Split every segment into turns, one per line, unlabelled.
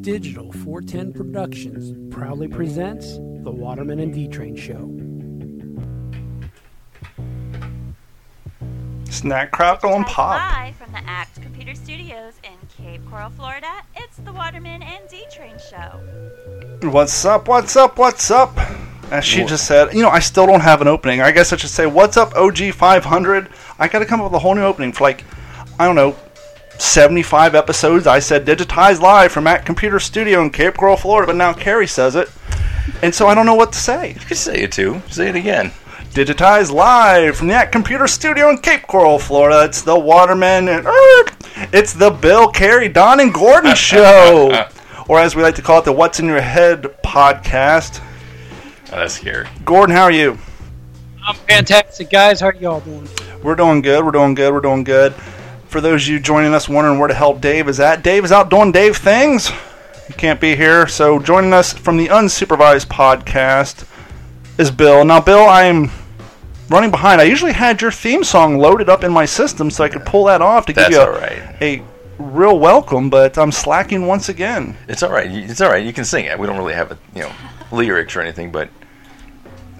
Digital 410 Productions proudly presents The Waterman and D Train Show.
Snack, crackle, and
Broadcast
pop.
Live from the ACT Computer Studios in Cape Coral, Florida, it's the Waterman and D Train Show.
What's up? What's up? What's up? As she just said, you know, I still don't have an opening. I guess I should say, what's up, OG 500? I got to come up with a whole new opening for like, I don't know, 75 episodes. I said digitized live from Mac Computer Studio in Cape Coral, Florida, but now Carrie says it. And so I don't know what to say.
You say it too. Say it again.
Digitized live from the At Computer Studio in Cape Coral, Florida. It's the Waterman and er, it's the Bill Carey, Don and Gordon show, or as we like to call it, the What's in Your Head podcast.
Oh, that's scary.
Gordon, how are you?
I'm fantastic, guys. How are y'all doing?
We're doing good. We're doing good. We're doing good. For those of you joining us wondering where the hell Dave is at, Dave is out doing Dave things. He can't be here. So joining us from the unsupervised podcast is Bill. Now, Bill, I'm running behind. I usually had your theme song loaded up in my system so I could pull that off to give
That's
you a,
all right.
a real welcome, but I'm slacking once again.
It's all right. You- It's all right. You can sing it. We don't really have a you know lyrics or anything, but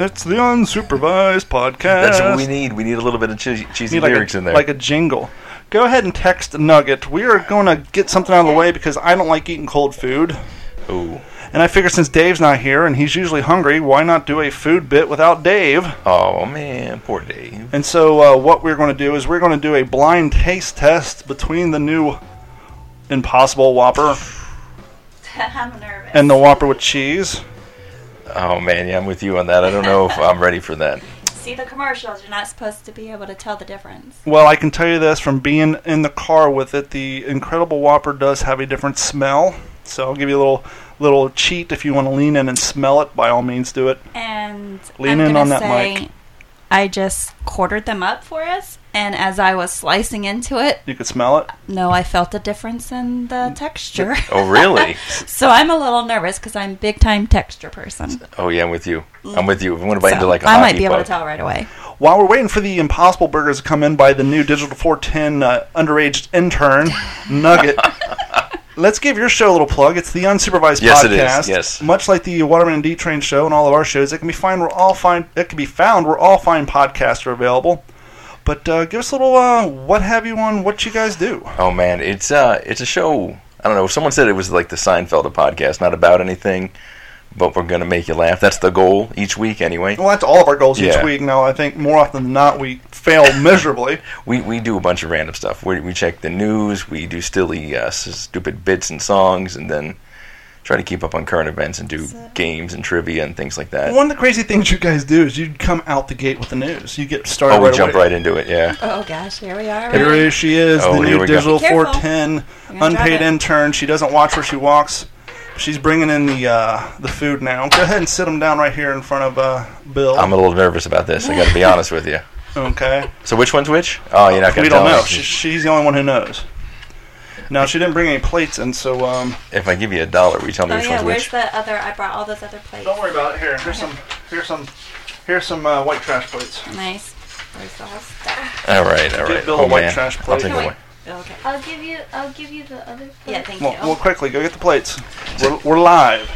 It's the unsupervised podcast.
that's what we need. We need a little bit of cheesy, cheesy
Uh. need like
lyrics
a,
in there.
like a jingle. Go ahead and text Nugget. We are going to get something out of the way because I don't like eating cold food.
Ooh.
And I figure since Dave's not here and he's usually hungry, why not do a food bit without Dave?
Oh man, poor Dave.
And so uh, what we're going to do is we're going to do a blind taste test between the new Impossible Whopper
I'm nervous.
and the Whopper with cheese.
Oh man, yeah, I'm with you on that. I don't know if I'm ready for that.
See the commercials, you're not supposed to be able to tell the difference.
Well, I can tell you this from being in the car with it, the Incredible Whopper does have a different smell. So I'll give you a little little cheat if you want to lean in and smell it. By all means, do it.
And
Lean
I'm
in
gonna
on that
say,
mic.
I just quartered them up for us, and as I was slicing into it,
You could smell it.
no, I felt a difference in
Mm.
the texture.
Oh really?
so I'm a little nervous because I'm big time texture person.
Oh yeah, I'm with you. I'm with you. I'm gonna bite into
So
like a
I might
hockey
be able
puck.
to tell right away.
While we're waiting for the Impossible Burgers to come in by the new Digital 410 uh, underage intern, Nugget, let's give your show a little plug. It's the Unsupervised
Yes, it
Podcast.
is. Yes.
Much like the Waterman and D Train show and all of our shows, it can be fine. We're all fine. It can be found. We're all fine podcasts are available. But uh, give us a little uh, what have you on what you guys do.
Oh man, it's uh, it's a show. I don't know. Someone said it was like the Seinfeld of podcast, not about anything, but we're gonna make you laugh. That's the goal each week, anyway.
Well, that's all of our goals each
Yeah.
week. Now, I think more often than not, we fail miserably.
we, we do a bunch of random stuff. We, we check the news, we do silly, uh, s- stupid bits and songs, and then try to keep up on current events and do games and trivia and things like that.
One of the crazy things you guys do is you come out the gate with the news. You get started
oh, we
right
jump
away.
right into it, yeah.
Oh gosh, here we are.
Here she is,
Oh,
the
here
new
we go.
Digital
Careful.
410
gonna drop
unpaid
it.
intern. She doesn't watch where she walks. She's bringing in the uh, the food now. Go ahead and sit him down right here in front of uh, Bill.
I'm a little nervous about this, I gotta be honest with you.
okay.
So, which one's which? Oh, you're not gonna
We
tell
don't know.
me.
She, she's the only one who knows. Now she didn't bring any plates, and so um,
If I give you a dollar, will you tell me
Oh
which
yeah,
one's
where's
which?
the other? I brought all those other plates.
don't worry about it. Here, here's some, here's some, here's some uh, white trash plates.
Nice. Where's the whole stuff?
All right, all right.
Bill
oh,
a white
man.
trash
I'll
plate.
take
No,
away.
Okay.
I'll give you. I'll give you the other.
Yeah,
plate.
thank
Well,
you.
well, quickly go get the plates. We're, we're live.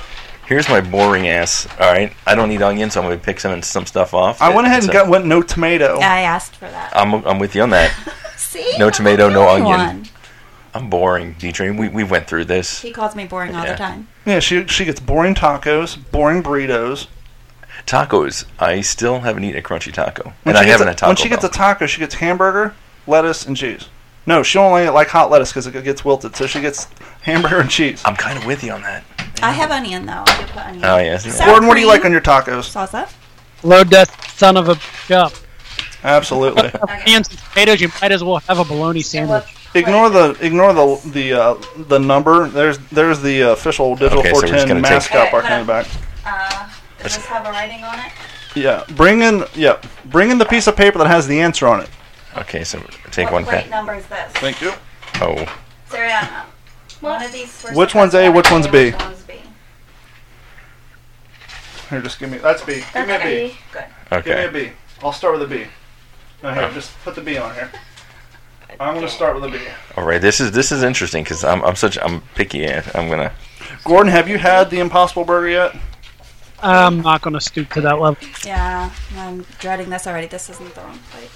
Here's my boring ass. All right, I don't eat onions, so I'm gonna pick some and some stuff off.
I went ahead
It's
and
a-
got went no tomato.
I asked for that.
I'm, I'm with you on that.
See?
No
I'm
tomato,
the
no
only
onion.
one.
I'm boring, D Train. We, we went through this.
He calls me boring all
Yeah.
the time.
Yeah, she she gets boring tacos, boring burritos.
Tacos. I still haven't eaten a crunchy taco,
When
and I
she gets
haven't
a-
had taco.
When she gets a
Bell.
taco, she gets hamburger, lettuce, and cheese. No, she only like hot lettuce because it gets wilted. So she gets hamburger and cheese.
I'm kind of with you on that.
I have onion though. I do put onion.
Oh yes.
Sour
Gordon, what do you
cream.
like on your tacos?
Salsa?
Load that son of a bitch up.
Absolutely.
And some potatoes, you might as well have a bologna sandwich.
ignore the ignore the the uh, the number. There's there's the official digital
Okay, so we're just
410
gonna take-
mascot
Alright,
bar
hold
coming
on.
back.
Uh, does this have a writing on it?
Yeah, bring in yeah, bring in the piece of paper that has the answer on it.
Okay, so take
what
one
plate
pen.
number is this?
Thank you.
Oh,
Sariana. One of these first
Which one's A, which one's B?
Which one's B?
Here, just give me that's B. Give me a B.
B.
Good.
Give
okay.
me a B. I'll start with a B. No, here,
Oh.
just put the B on here. I'm gonna start with a B.
All right. This is this is interesting because I'm I'm such I'm picky. and I'm gonna
Gordon, have you had the Impossible Burger yet?
I'm not going to stoop to that level.
Yeah, I'm dreading this already. This isn't the wrong plate.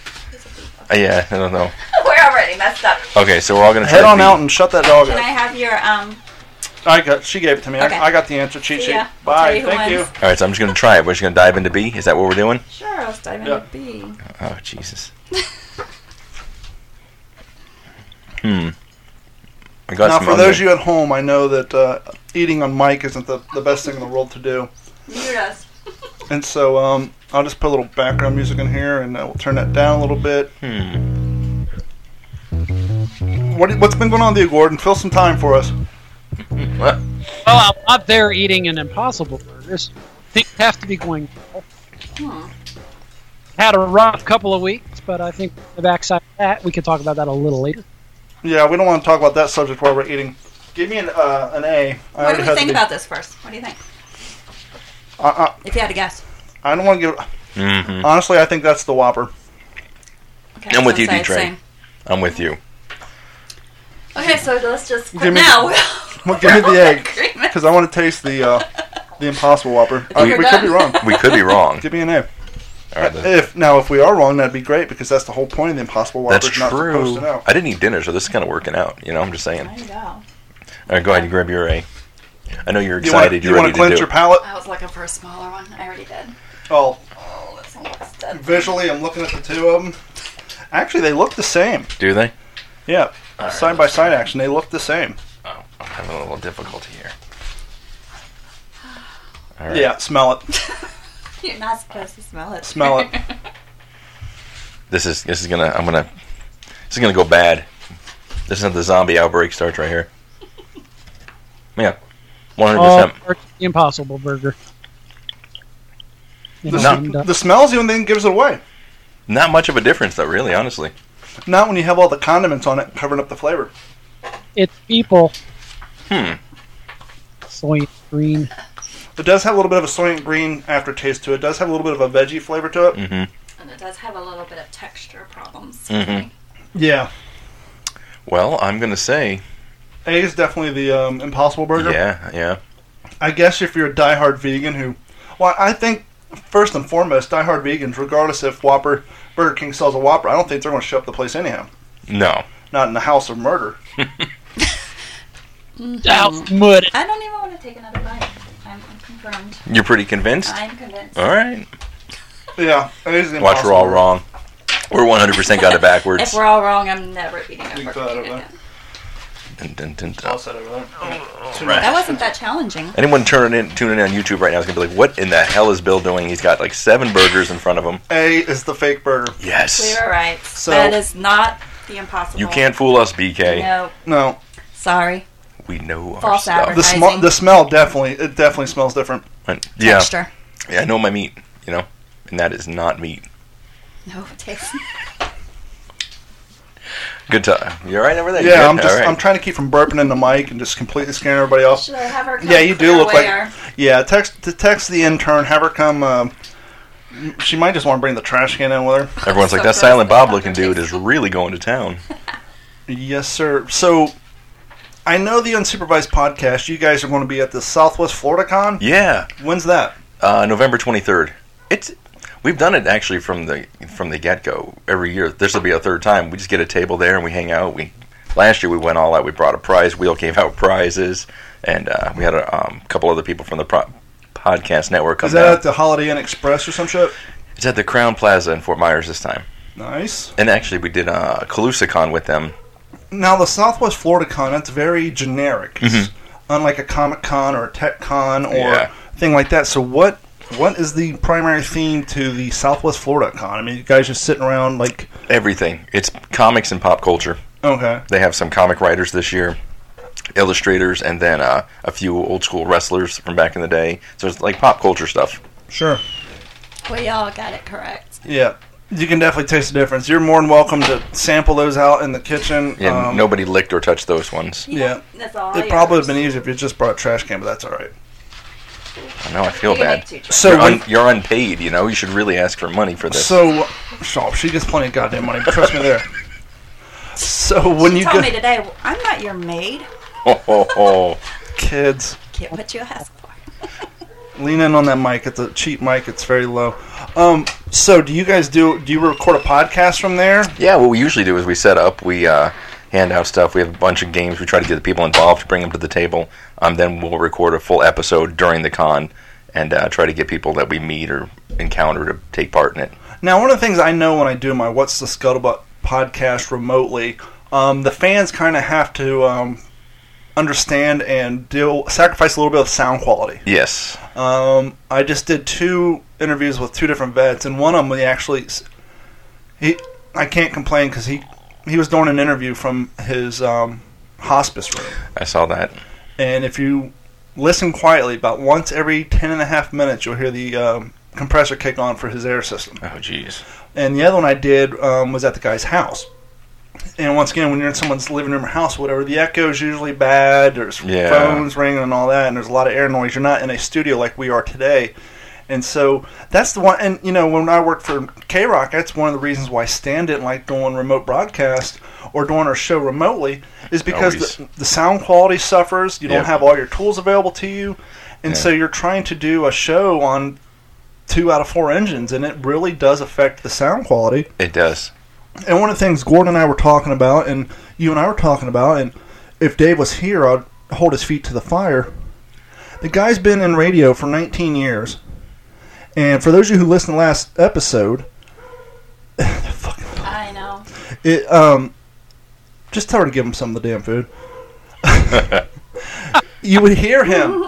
Uh, yeah, I don't know.
We're already messed up.
Okay, so we're all gonna try
Head
to
on
beat-
out and shut that dog
Can I
up.
have your um?
I got. She gave it to me.
Okay.
I, I got the answer cheat
See
sheet.
ya. I'll tell
Bye.
you who
Thank you.
wins.
All right, so I'm just gonna try it. We're just gonna dive into B. Is that what we're doing?
Sure, I'll dive into
Yeah.
B.
Oh Jesus. hmm. I got
Now,
some
for
onion.
those of you at home, I know that uh, eating on mic isn't the, the best thing in the world to do.
Mute us.
And so um, I'll just put a little background music in here and uh, we'll turn that down a little bit.
Hmm.
What, what's been going on with you, Gordon? Fill some time for us.
What?
Well, I'm not there eating an Impossible Burger. so Things have to be going well.
Hmm.
Had a rough couple of weeks, but I think the backside of that, we can talk about that a little later.
Yeah, we don't want to talk about that subject while we're eating. Give me an, uh, an A. I
What do we
had
think
the-
about this first? What do you think?
I,
If you had to guess.
I, I don't want to give.
hmm
Honestly, I think that's the Whopper.
Okay,
I'm with
so
you,
say it's
D-Train.
same.
I'm with you.
Okay, so let's just quit
Give me-
now.
Well, give me the
We're all in
egg
agreement.
because I want to taste the uh, the Impossible Whopper.
I think
we
we're
could be
done.
wrong.
We could be wrong.
Give me an A.
All right, that's,
If now, if we are wrong, that'd be great because that's the whole point of the Impossible Whopper.
that's
is not supposed
true.
to know.
I didn't eat dinner, so this is kind of working out. You know, I'm just saying.
There you go.
All right, go ahead and grab your A. I know you're
You wanna-
excited.
you
are
want
ready
to cleanse
to
your
do.
palate?
I was looking for a smaller one. I already did.
Oh,
Oh, that's almost dead.
visually, I'm looking at the two of them. Actually, they look the same.
it. Do they?
Yeah, side by side action, they look the same.
Oh, I'm having a little difficulty here. All right.
Yeah, smell it,
You're not supposed to smell it.
smell it.
This is this is gonna I'm gonna this is gonna go bad. This is how the zombie outbreak starts right here. Yeah, one
All
hundred percent.
parts of Oh, the Impossible Burger. You know,
The,
and, uh,
the smells even thing gives it away. Oh.
Not much of a difference though, really, honestly.
Not when you have all the condiments on it covering up the flavor.
it's people.
Hmm.
Soy green.
It does have a little bit of a soy and green aftertaste to it. It does have a little bit of a veggie flavor to it.
Mm-hmm.
And it does have a little bit of texture problems.
Mhm.
Yeah,
Well, I'm gonna say
A is definitely the um, Impossible Burger.
yeah, yeah.
I guess if you're a diehard vegan who, well, I think first and foremost, diehard vegans, regardless if Whopper Burger King sells a Whopper, I don't think they're going to shut up the place anyhow.
No,
Not in the house of murder.
Out mud.
I don't even want to take another bite. I'm, I'm confirmed.
you're pretty convinced.
I'm convinced.
All right.
Yeah, it is the
Watch, we're
Impossible
all
Burger.
wrong. We're one hundred percent got it
If
backwards.
we're all wrong, I'm never eating a
You
Burger
thought
King
of that.
again.
Dun, dun, dun, dun.
I'll set it over there.
That wasn't that challenging.
Anyone turning in tuning in on YouTube right now is gonna be like, "What in the hell is Bill doing? He's got like seven burgers in front of him."
A is the fake burger.
We
Yes,
were right.
So-
that is not the impossible.
you can't fool us, BK.
No,
No,
sorry.
We know our
False
stuff.
the smell. The smell definitely. It definitely smells different.
And- yeah,
Texture.
yeah, I know my meat. You know, and that is not meat.
No taste.
Good time. You all right over there? You
Yeah,
good?
I'm just.
All right.
I'm trying to keep from burping in the mic and just completely scaring everybody else.
Should I have her? Come
Yeah, you do
clear
look
away
like-
our-
Yeah, text to text the intern. Have her come. Um, she might just want to bring the trash can in with her.
Everyone's like
so
that
gross
Silent
that
Bob
it
looking
doesn't
dude is really going to town.
Yes, sir. So, I know the unsupervised podcast. You guys are going to be at the Southwest Florida Con.
Yeah,
When's that?
uh, November twenty third. It's we've done it actually from the from the get go every year. This will be our third time. We just get a table there and we hang out. We last year we went all out. We brought a prize. We all gave out prizes, and uh, we had a um, couple other people from the pro- podcast network come
Is that
down.
at the Holiday Inn Express or some shit?
it's at the Crown Plaza in Fort Myers this time.
Nice.
And actually, we did uh, CalusaCon with them.
Now the Southwest Florida Con. That's very generic. It's unlike a Comic Con or a Tech Con or
Yeah.
thing like that. So what? What is the primary theme to the Southwest Florida Con? I mean, you guys just sitting around like
Everything. It's comics and pop culture.
okay,
They have some comic writers this year, illustrators, and then uh, a few old school wrestlers from back in the day. So it's like pop culture stuff.
sure.
We all got it correct.
Yeah, you can definitely taste the difference. You're more than welcome to sample those out in the kitchen.
And
Um,
nobody licked or touched those ones.
Yeah.
That's all.
It probably would have been easier if you just brought a trash can, but that's all right.
I know, I feel bad.
So, uh,
You're, un-
when-
you're unpaid, you know? You should really ask for money for this.
so, Shaw, she gets plenty of goddamn money. Trust me there. So when
You
you
told
go,
Oh,
me today, I'm not your maid.
Ho, ho, ho.
kids.
Get what you ask for.
Lean in on that mic. It's a cheap mic. It's very low. Um, so do you guys do? Do you record a podcast from there?
Yeah, what we usually do is we set up, we uh, hand out stuff, we have a bunch of games, we try to get the people involved, bring them to the table, um, then we'll record a full episode during the con and uh, try to get people that we meet or encounter to take part in it.
Now, one of the things I know when I do my What's the Scuttlebutt podcast remotely, um, the fans kind of have to um, understand and deal sacrifice a little bit of sound quality.
Yes.
Um, I just did two interviews with two different vets, and one of them we actually he I can't complain because he he was doing an interview from his um, hospice room,
I saw that.
and if you listen quietly about once every ten and a half minutes, you'll hear the um, compressor kick on for his air system.
Oh, jeez.
And the other one I did um, was at the guy's house. And once again, when you're in someone's living room or house, or whatever, the echo is usually bad. There's
Yeah.
phones ringing and all that, and there's a lot of air noise. You're not in a studio like we are today. And so that's the one. And you know, when I worked for K Rock, that's one of the reasons why Stan didn't like doing remote broadcast or doing our show remotely, is because the, the sound quality suffers. You don't
Yeah.
have all your tools available to you, and so you're trying to do a show on two out of four engines, and it really does affect the sound quality.
It does.
And one of the things Gordon and I were talking about, and you and I were talking about, and if Dave was here, I'd hold his feet to the fire. The guy's been in radio for 19 years, and for those of you who listened to last episode,
I know.
it um, just tell her to give him some of the damn food. you would hear him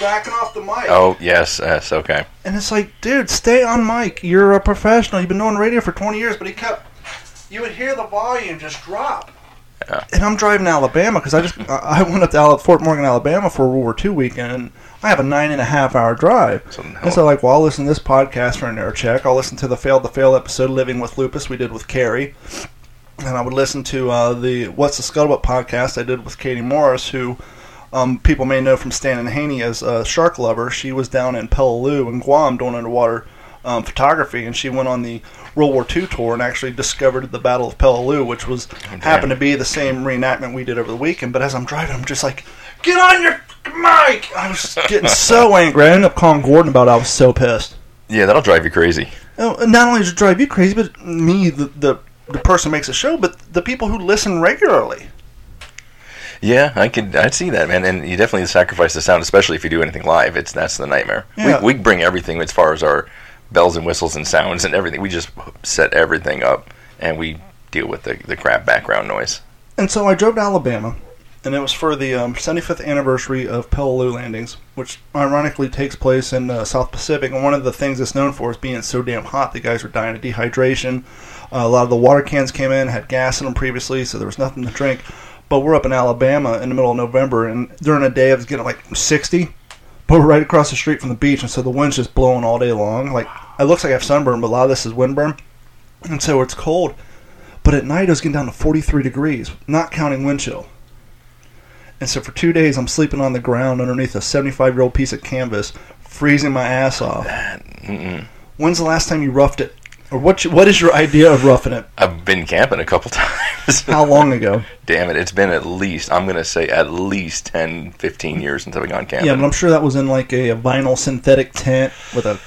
backing off the mic.
Oh, yes, yes, okay.
And it's like, dude, stay on mic. You're a professional. You've been doing radio for 20 years, but he kept. You would hear the volume just drop.
Yeah.
And I'm driving to Alabama because I just I I went up to Ala- Fort Morgan, Alabama for World War II weekend. And I have a nine and a half hour drive.
So,
And so, like, well, I'll listen to this podcast for an air check. I'll listen to the Failed to Fail episode, Living with Lupus, we did with Carrie. And I would listen to uh, the What's the Scuttlebutt podcast I did with Katie Morris, who um, people may know from Stan and Haney as a shark lover. She was down in Peleliu in Guam doing underwater um, photography, and she went on the World War II tour and actually discovered the Battle of Peleliu, which was happened to be the same reenactment we did over the weekend. But as I'm driving, I'm just like, "Get on your mic!" I was getting so angry. I ended up calling Gordon about. It. I was so pissed.
yeah, that'll drive you crazy.
Oh, and Not only does it drive you crazy, but me, the the, the person who makes a show, but the people who listen regularly.
Yeah, I could. I'd see that, man. And you definitely sacrifice the sound, especially if you do anything live. It's that's the nightmare.
Yeah.
We we bring everything as far as our bells and whistles and sounds and everything. We just set everything up and we deal with the the crap background noise.
And so I drove to Alabama, and it was for the um, 75th anniversary of Peleliu landings, which ironically takes place in uh, South Pacific. And one of the things it's known for is being so damn hot, the guys were dying of dehydration. Uh, a lot of the water cans came in, had gas in them previously, so there was nothing to drink. But we're up in Alabama in the middle of November, and during the day it was getting like 60. But we're right across the street from the beach, and so the wind's just blowing all day long. Like it looks like I have sunburn, but a lot of this is windburn, and so it's cold. But at night, it was getting down to 43 degrees, not counting wind chill. And so for two days, I'm sleeping on the ground underneath a 75 year old piece of canvas, freezing my ass off.
Mm-mm.
When's the last time you roughed it? Or what, you- what is your idea of roughing it?
I've been camping a couple times.
How long ago?
Damn it! It's been at least I'm gonna say at least 10, 15 years since I've gone camping.
Yeah, but I'm sure that was in like a, a vinyl synthetic tent with a,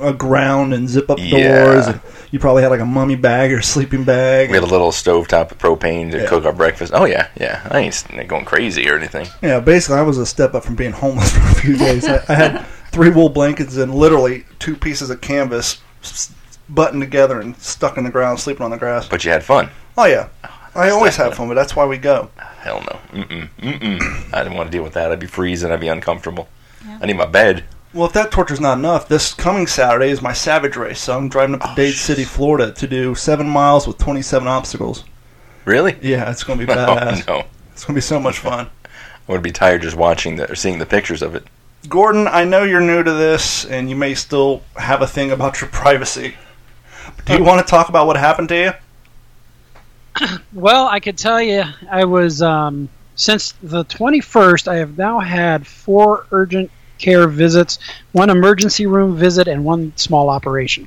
a ground and zip up
Yeah.
doors. And you probably had like a mummy bag or a sleeping bag.
we had a little stovetop with propane to
Yeah.
cook our breakfast. Oh yeah, yeah. I ain't s- going crazy or anything.
Yeah, basically, I was a step up from being homeless for a few days. I, I had three wool blankets and literally two pieces of canvas s- buttoned together and stuck in the ground, sleeping on the grass.
But you had fun.
Oh, yeah. I always have fun, but that's why we go.
Hell no. Mm-mm. Mm-mm. I didn't want to deal with that. I'd be freezing. I'd be uncomfortable. I need my bed.
Well, if that torture's not enough, this coming Saturday is my Savage Race, so I'm driving up to Dade City, Florida to do seven miles with 27 obstacles.
Really?
Yeah, it's going to be
Oh, No,
badass.
no. I
It's going to be so much fun.
would be tired just watching the or seeing the pictures of it.
Gordon, I know you're new to this, and you may still have a thing about your privacy. Do you want to talk about what happened to you?
Well, I could tell you, I was um, since the 21st. I have now had four urgent care visits, one emergency room visit, and one small operation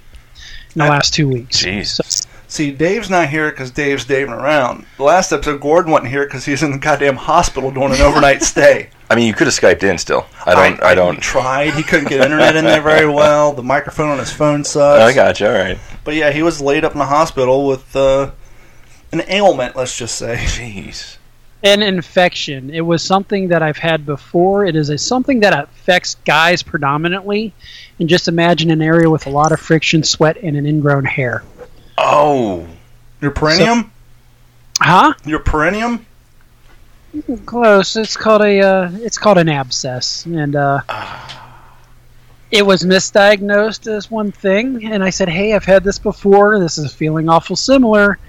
in the
I-
last two weeks.
Jeez.
See, Dave's not here because Dave's Daving around. The last episode, Gordon wasn't here because he's in the goddamn hospital doing an overnight stay.
I mean, you could have skyped in still. I don't. I, don't.
Tried. He couldn't get internet in there very well. The microphone on his phone sucks.
I got you. All right.
But yeah, he was laid up in the hospital with uh, an ailment. Let's just say.
Jeez.
an infection. It was something that I've had before. It is a something that affects guys predominantly. And just imagine an area with a lot of friction, sweat, and an ingrown hair.
Oh.
Your perineum.
Huh?
Your perineum.
Close. It's called a. Uh, it's called an abscess, and uh, it was misdiagnosed as one thing. And I said, "Hey, I've had this before. This is feeling awful similar."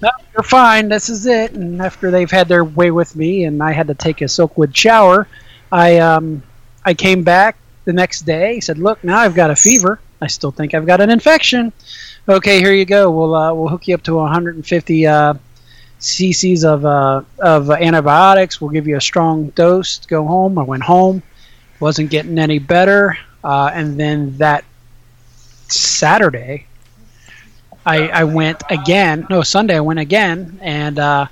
No, you're fine. This is it. And after they've had their way with me, and I had to take a silkwood shower, I um, I came back the next day. Said, "Look, now I've got a fever. I still think I've got an infection." Okay, here you go. We'll uh, we'll hook you up to 150. Uh, cc's of uh, of antibiotics. We'll give you a strong dose. to Go home. I went home. Wasn't getting any better. Uh, and then that Saturday, I I went again. No, Sunday I went again, and uh,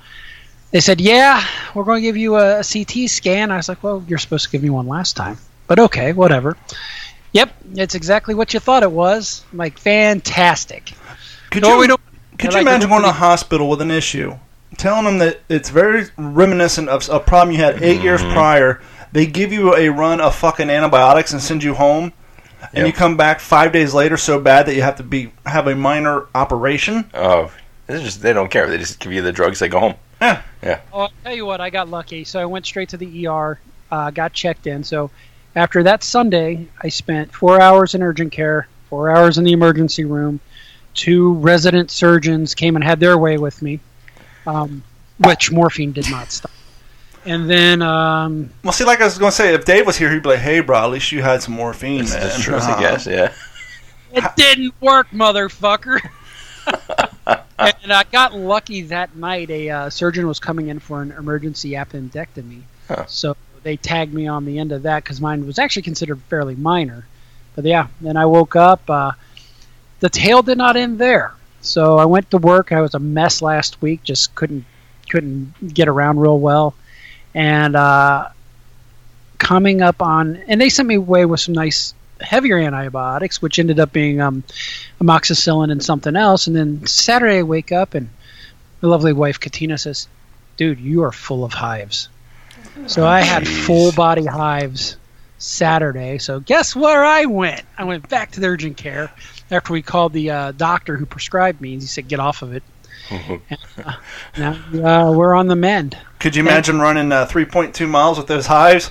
they said, "Yeah, we're going to give you a, a CT scan." I was like, "Well, you're supposed to give me one last time." But okay, whatever. Yep, it's exactly what you thought it was. I'm like, fantastic.
Could
No,
you,
we don't-
could
I
you
like-
imagine going to a hospital with an issue, telling them that it's very reminiscent of a problem you had 8 years prior? They give you a run of fucking antibiotics and send you home, and
Yep.
you come back five days later so bad that you have to be have a minor operation.
Oh. They just they don't care. They just give you the drugs. They go home.
Oh, I'll tell you what, I got lucky. So I went straight to the ER, uh, got checked in. So after that Sunday, I spent four hours in urgent care, four hours in the emergency room. Two resident surgeons came and had their way with me, um, which morphine did not stop. And then um,
Well, see, like I was going to say, if Dave was here, he'd be like, "Hey, bro, at least you had some morphine."
It's
man." Uh-huh.
as true as it gets. Yeah.
It didn't work, motherfucker. and I got lucky that night. A uh, surgeon was coming in for an emergency appendectomy,
Huh.
so they tagged me on the end of that because mine was actually considered fairly minor. But yeah, then I woke up. Uh, the tail did not end there, so I went to work. I was a mess last week. Just couldn't couldn't get around real well, and uh, coming up on and they sent me away with some nice heavier antibiotics, which ended up being um, amoxicillin and something else. And then Saturday, I wake up and my lovely wife Katina says, "Dude, you are full of hives." So I had
Jeez.
full body hives Saturday. So guess where I went? I went back to the urgent care after we called the uh, doctor who prescribed me. and He said, "Get off of it." And, uh, now uh, we're on the mend.
Could you imagine running uh, 3.2 miles with those hives?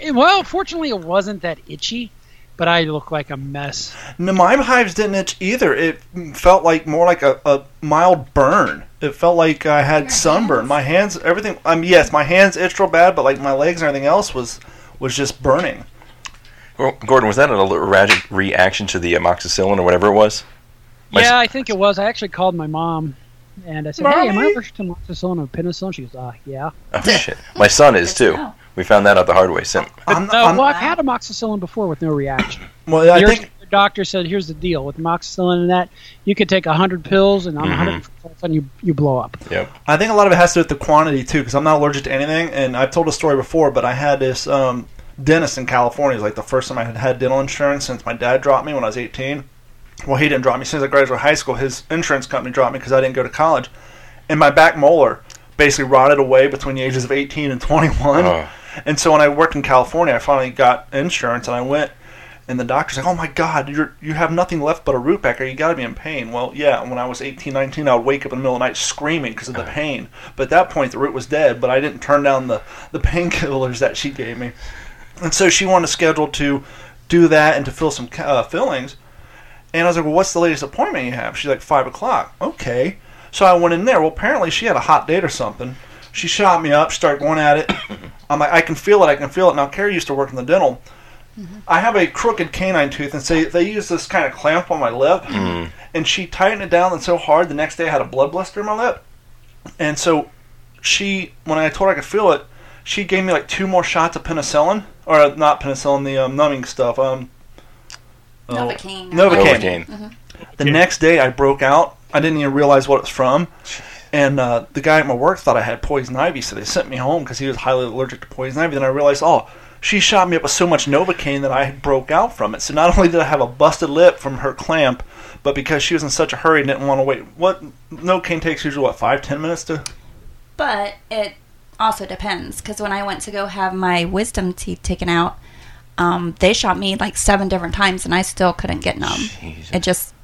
Eh, Well, fortunately, it wasn't that itchy, but I look like a mess.
No, my hives didn't itch either. It felt like more like a, a mild burn. It felt like I had sunburn. My hands, everything. Um, yes, my hands itched real bad, but like my legs and everything else was was just burning.
Well, Gordon, was that an allergic reaction to the amoxicillin or whatever it was? My-
yeah, I think it was. I actually called my mom, and I said, "Hey, am I allergic to amoxicillin or penicillin?" She goes, "Ah, yeah."
Oh shit! My son is too.
No.
We found that out the hard way. Sim-
I'm,
No,
I'm-
uh, well, I've had amoxicillin before with no reaction.
well, I
Your
think
doctor said, "Here's the deal with amoxicillin and that you could take hundred pills, and on
Mhm.
Mm-hmm.
100 and you you blow up."
I think a lot of it has to do with the quantity too, because I'm not allergic to anything. And I've told a story before, but I had this um, dentist in California. It was like the first time I had had dental insurance since my dad dropped me when I was 18. Well, he didn't drop me since I graduated high school. His insurance company dropped me because I didn't go to college, and my back molar basically rotted away between the ages of 18 and 21.
Oh.
And so when I worked in California, I finally got insurance, and I went. And the doctor's like, "Oh my God, you you have nothing left but a root backer. You got to be in pain." Well, yeah. When I was 18, 19, I would wake up in the middle of the night screaming because of the pain. But at that point, the root was dead. But I didn't turn down the the painkillers that she gave me, and so she wanted to schedule to do that and to fill some uh, fillings. And I was like, "Well, what's the latest appointment you have?" She's like, five o'clock." Okay. So I went in there. Well, apparently she had a hot date or something. She shot me up, started going at it. I'm like, I can feel it, I can feel it. Now, Carrie used to work in the dental. I have a crooked canine tooth, and so they use this kind of clamp on my lip, and she tightened it down so hard. The next day, I had a blood blister in my lip, and so she, when I told her I could feel it, she gave me like two more shots of penicillin, or not penicillin, the um, numbing stuff. Um, oh,
Novocaine.
Novocaine.
Novocaine.
The next day, I broke out. I didn't even realize what it's from, And uh, the guy at my work thought I had poison ivy, so they sent me home because he was highly allergic to poison ivy. Then I realized, oh, she shot me up with so much Novocaine that I broke out from it. So not only did I have a busted lip from her clamp, but because she was in such a hurry and didn't want to wait. What Novocaine takes usually, what, five, ten minutes to?
But it also depends because when I went to go have my wisdom teeth taken out, um, they shot me like seven different times and I still couldn't get numb.
Jesus.
It just,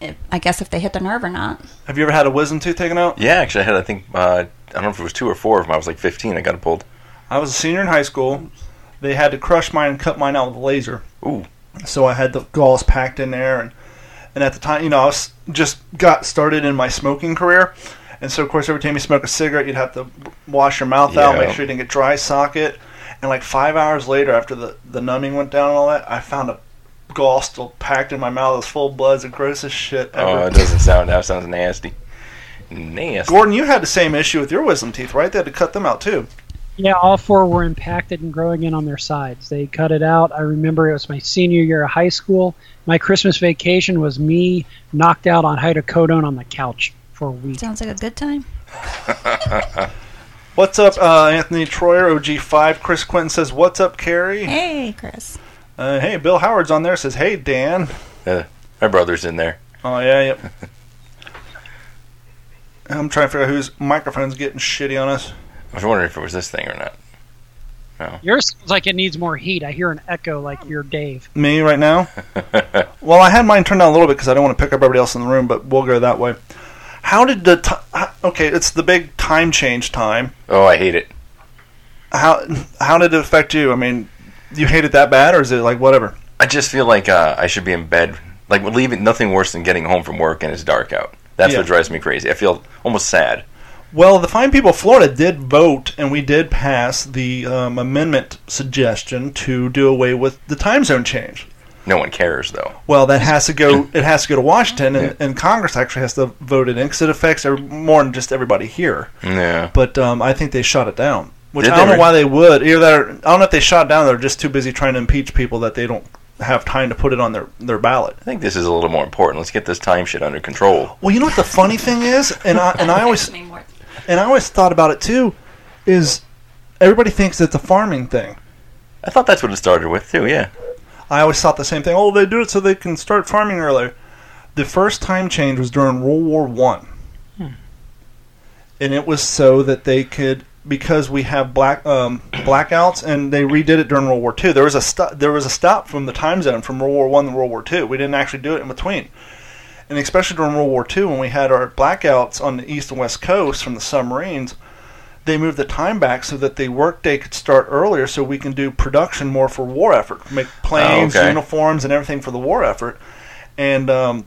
it, I guess, if they hit the nerve or not.
Have you ever had a wisdom tooth taken out?
Yeah, actually, I had, I think, uh, I don't know if it was two or four of them. I was like 15. I got it pulled.
I was a senior in high school. They had to crush mine and cut mine out with a laser.
Ooh.
So I had the gauze packed in there, and and at the time, you know, I was just got started in my smoking career, and so of course, every time you smoke a cigarette, you'd have to wash your mouth out,
Yeah.
make sure you didn't get dry socket, and like five hours later, after the the numbing went down and all that, I found a gauze still packed in my mouth. It was full of blood. It's the grossest shit
Oh,
ever.
it doesn't sound. That sounds nasty. Nasty.
Gordon, you had the same issue with your wisdom teeth, right? They had to cut them out too.
Yeah, all four were impacted and growing in on their sides. They cut it out. I remember it was my senior year of high school. My Christmas vacation was me knocked out on hydrocodone on the couch for a week.
Sounds like a good time.
What's up, uh, Anthony Troyer, OG5? Chris Quinton says, What's up, Carrie?
Hey, Chris.
Uh, hey, Bill Howard's on there. Says, "Hey, Dan."
My brother's in there.
Oh yeah, yep. I'm trying to figure out whose microphone's getting shitty on us.
I was wondering if it was this thing or not.
Yours sounds like it needs more heat. I hear an echo like you're Dave.
Me right now. well, I had mine turned down a little bit because I don't want to pick up everybody else in the room, but we'll go that way. How did the ti h- okay? It's the big time change time.
Oh, I hate it.
How how did it affect you? I mean, you hate it that bad, or is it like whatever?
I just feel like uh, I should be in bed. Like leaving, nothing worse than getting home from work and it's dark out. That's
Yeah.
what drives me crazy. I feel almost sad.
Well, the fine people of Florida did vote, and we did pass the um, amendment suggestion to do away with the time zone change.
No one cares though.
Well, that has to go. It has to go to Washington, and, and Congress actually has to vote it in because it affects every, more than just everybody here.
Yeah.
But um, I think they shot it down, which
Did
I don't
they
know why they would. Either that or, I don't know if they shot it down. They're just too busy trying to impeach people that they don't have time to put it on their, their ballot.
I think this is a little more important. Let's get this time shit under control.
Well, you know what the funny thing is, and I and I always
Anymore.
and I always thought about it too, is everybody thinks it's a farming thing.
I thought that's what it started with too. Yeah.
I always thought the same thing. Oh, they do it so they can start farming earlier. The first time change was during World War One, and it was so that they could because we have black um, blackouts, and they redid it during World War Two. There was a sto- there was a stop from the time zone from World War One to World War Two. We didn't actually do it in between, and especially during World War Two when we had our blackouts on the east and west coast from the submarines. They moved the time back so that the workday could start earlier, so we can do production more for war effort, make planes,
Oh, okay.
uniforms, and everything for the war effort. And um,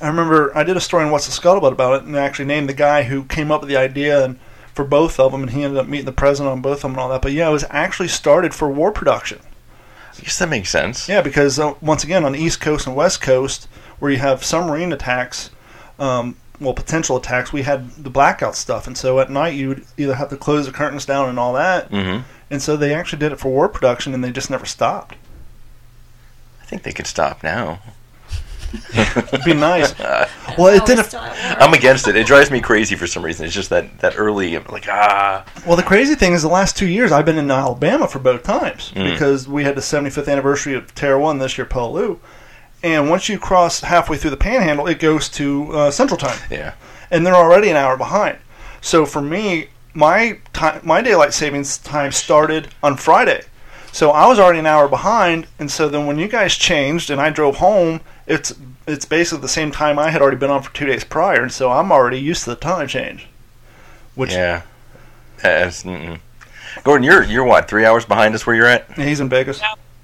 I remember I did a story on What's the Scuttlebutt about it, and I actually named the guy who came up with the idea and for both of them, and he ended up meeting the president on both of them and all that. But yeah, it was actually started for war production.
I guess that makes sense.
Yeah, because uh, once again, on the East Coast and West Coast, where you have submarine attacks, um, well, potential attacks, we had the blackout stuff. And so at night, you'd either have to close the curtains down and all that.
hmm
And so they actually did it for war production, and they just never stopped.
I think they could stop now.
It'd be nice. Well, it
Oh,
didn't.
it's still at work.
I'm against it. It drives me crazy for some reason. It's just that that early like ah.
Well, the crazy thing is, the last two years I've been in Alabama for both times
Mm.
because we had the 75th anniversary of Terra One this year, Peleliu. And once you cross halfway through the Panhandle, it goes to uh, Central Time,
Yeah.
and they're already an hour behind. So for me, my time, my daylight savings time started on Friday, so I was already an hour behind. And so then when you guys changed and I drove home, it's it's basically the same time I had already been on for two days prior, and so I'm already used to the time change. Which
Yeah. That's- mm-mm. Gordon, you're you're what three hours behind us where you're at?
he's in Vegas.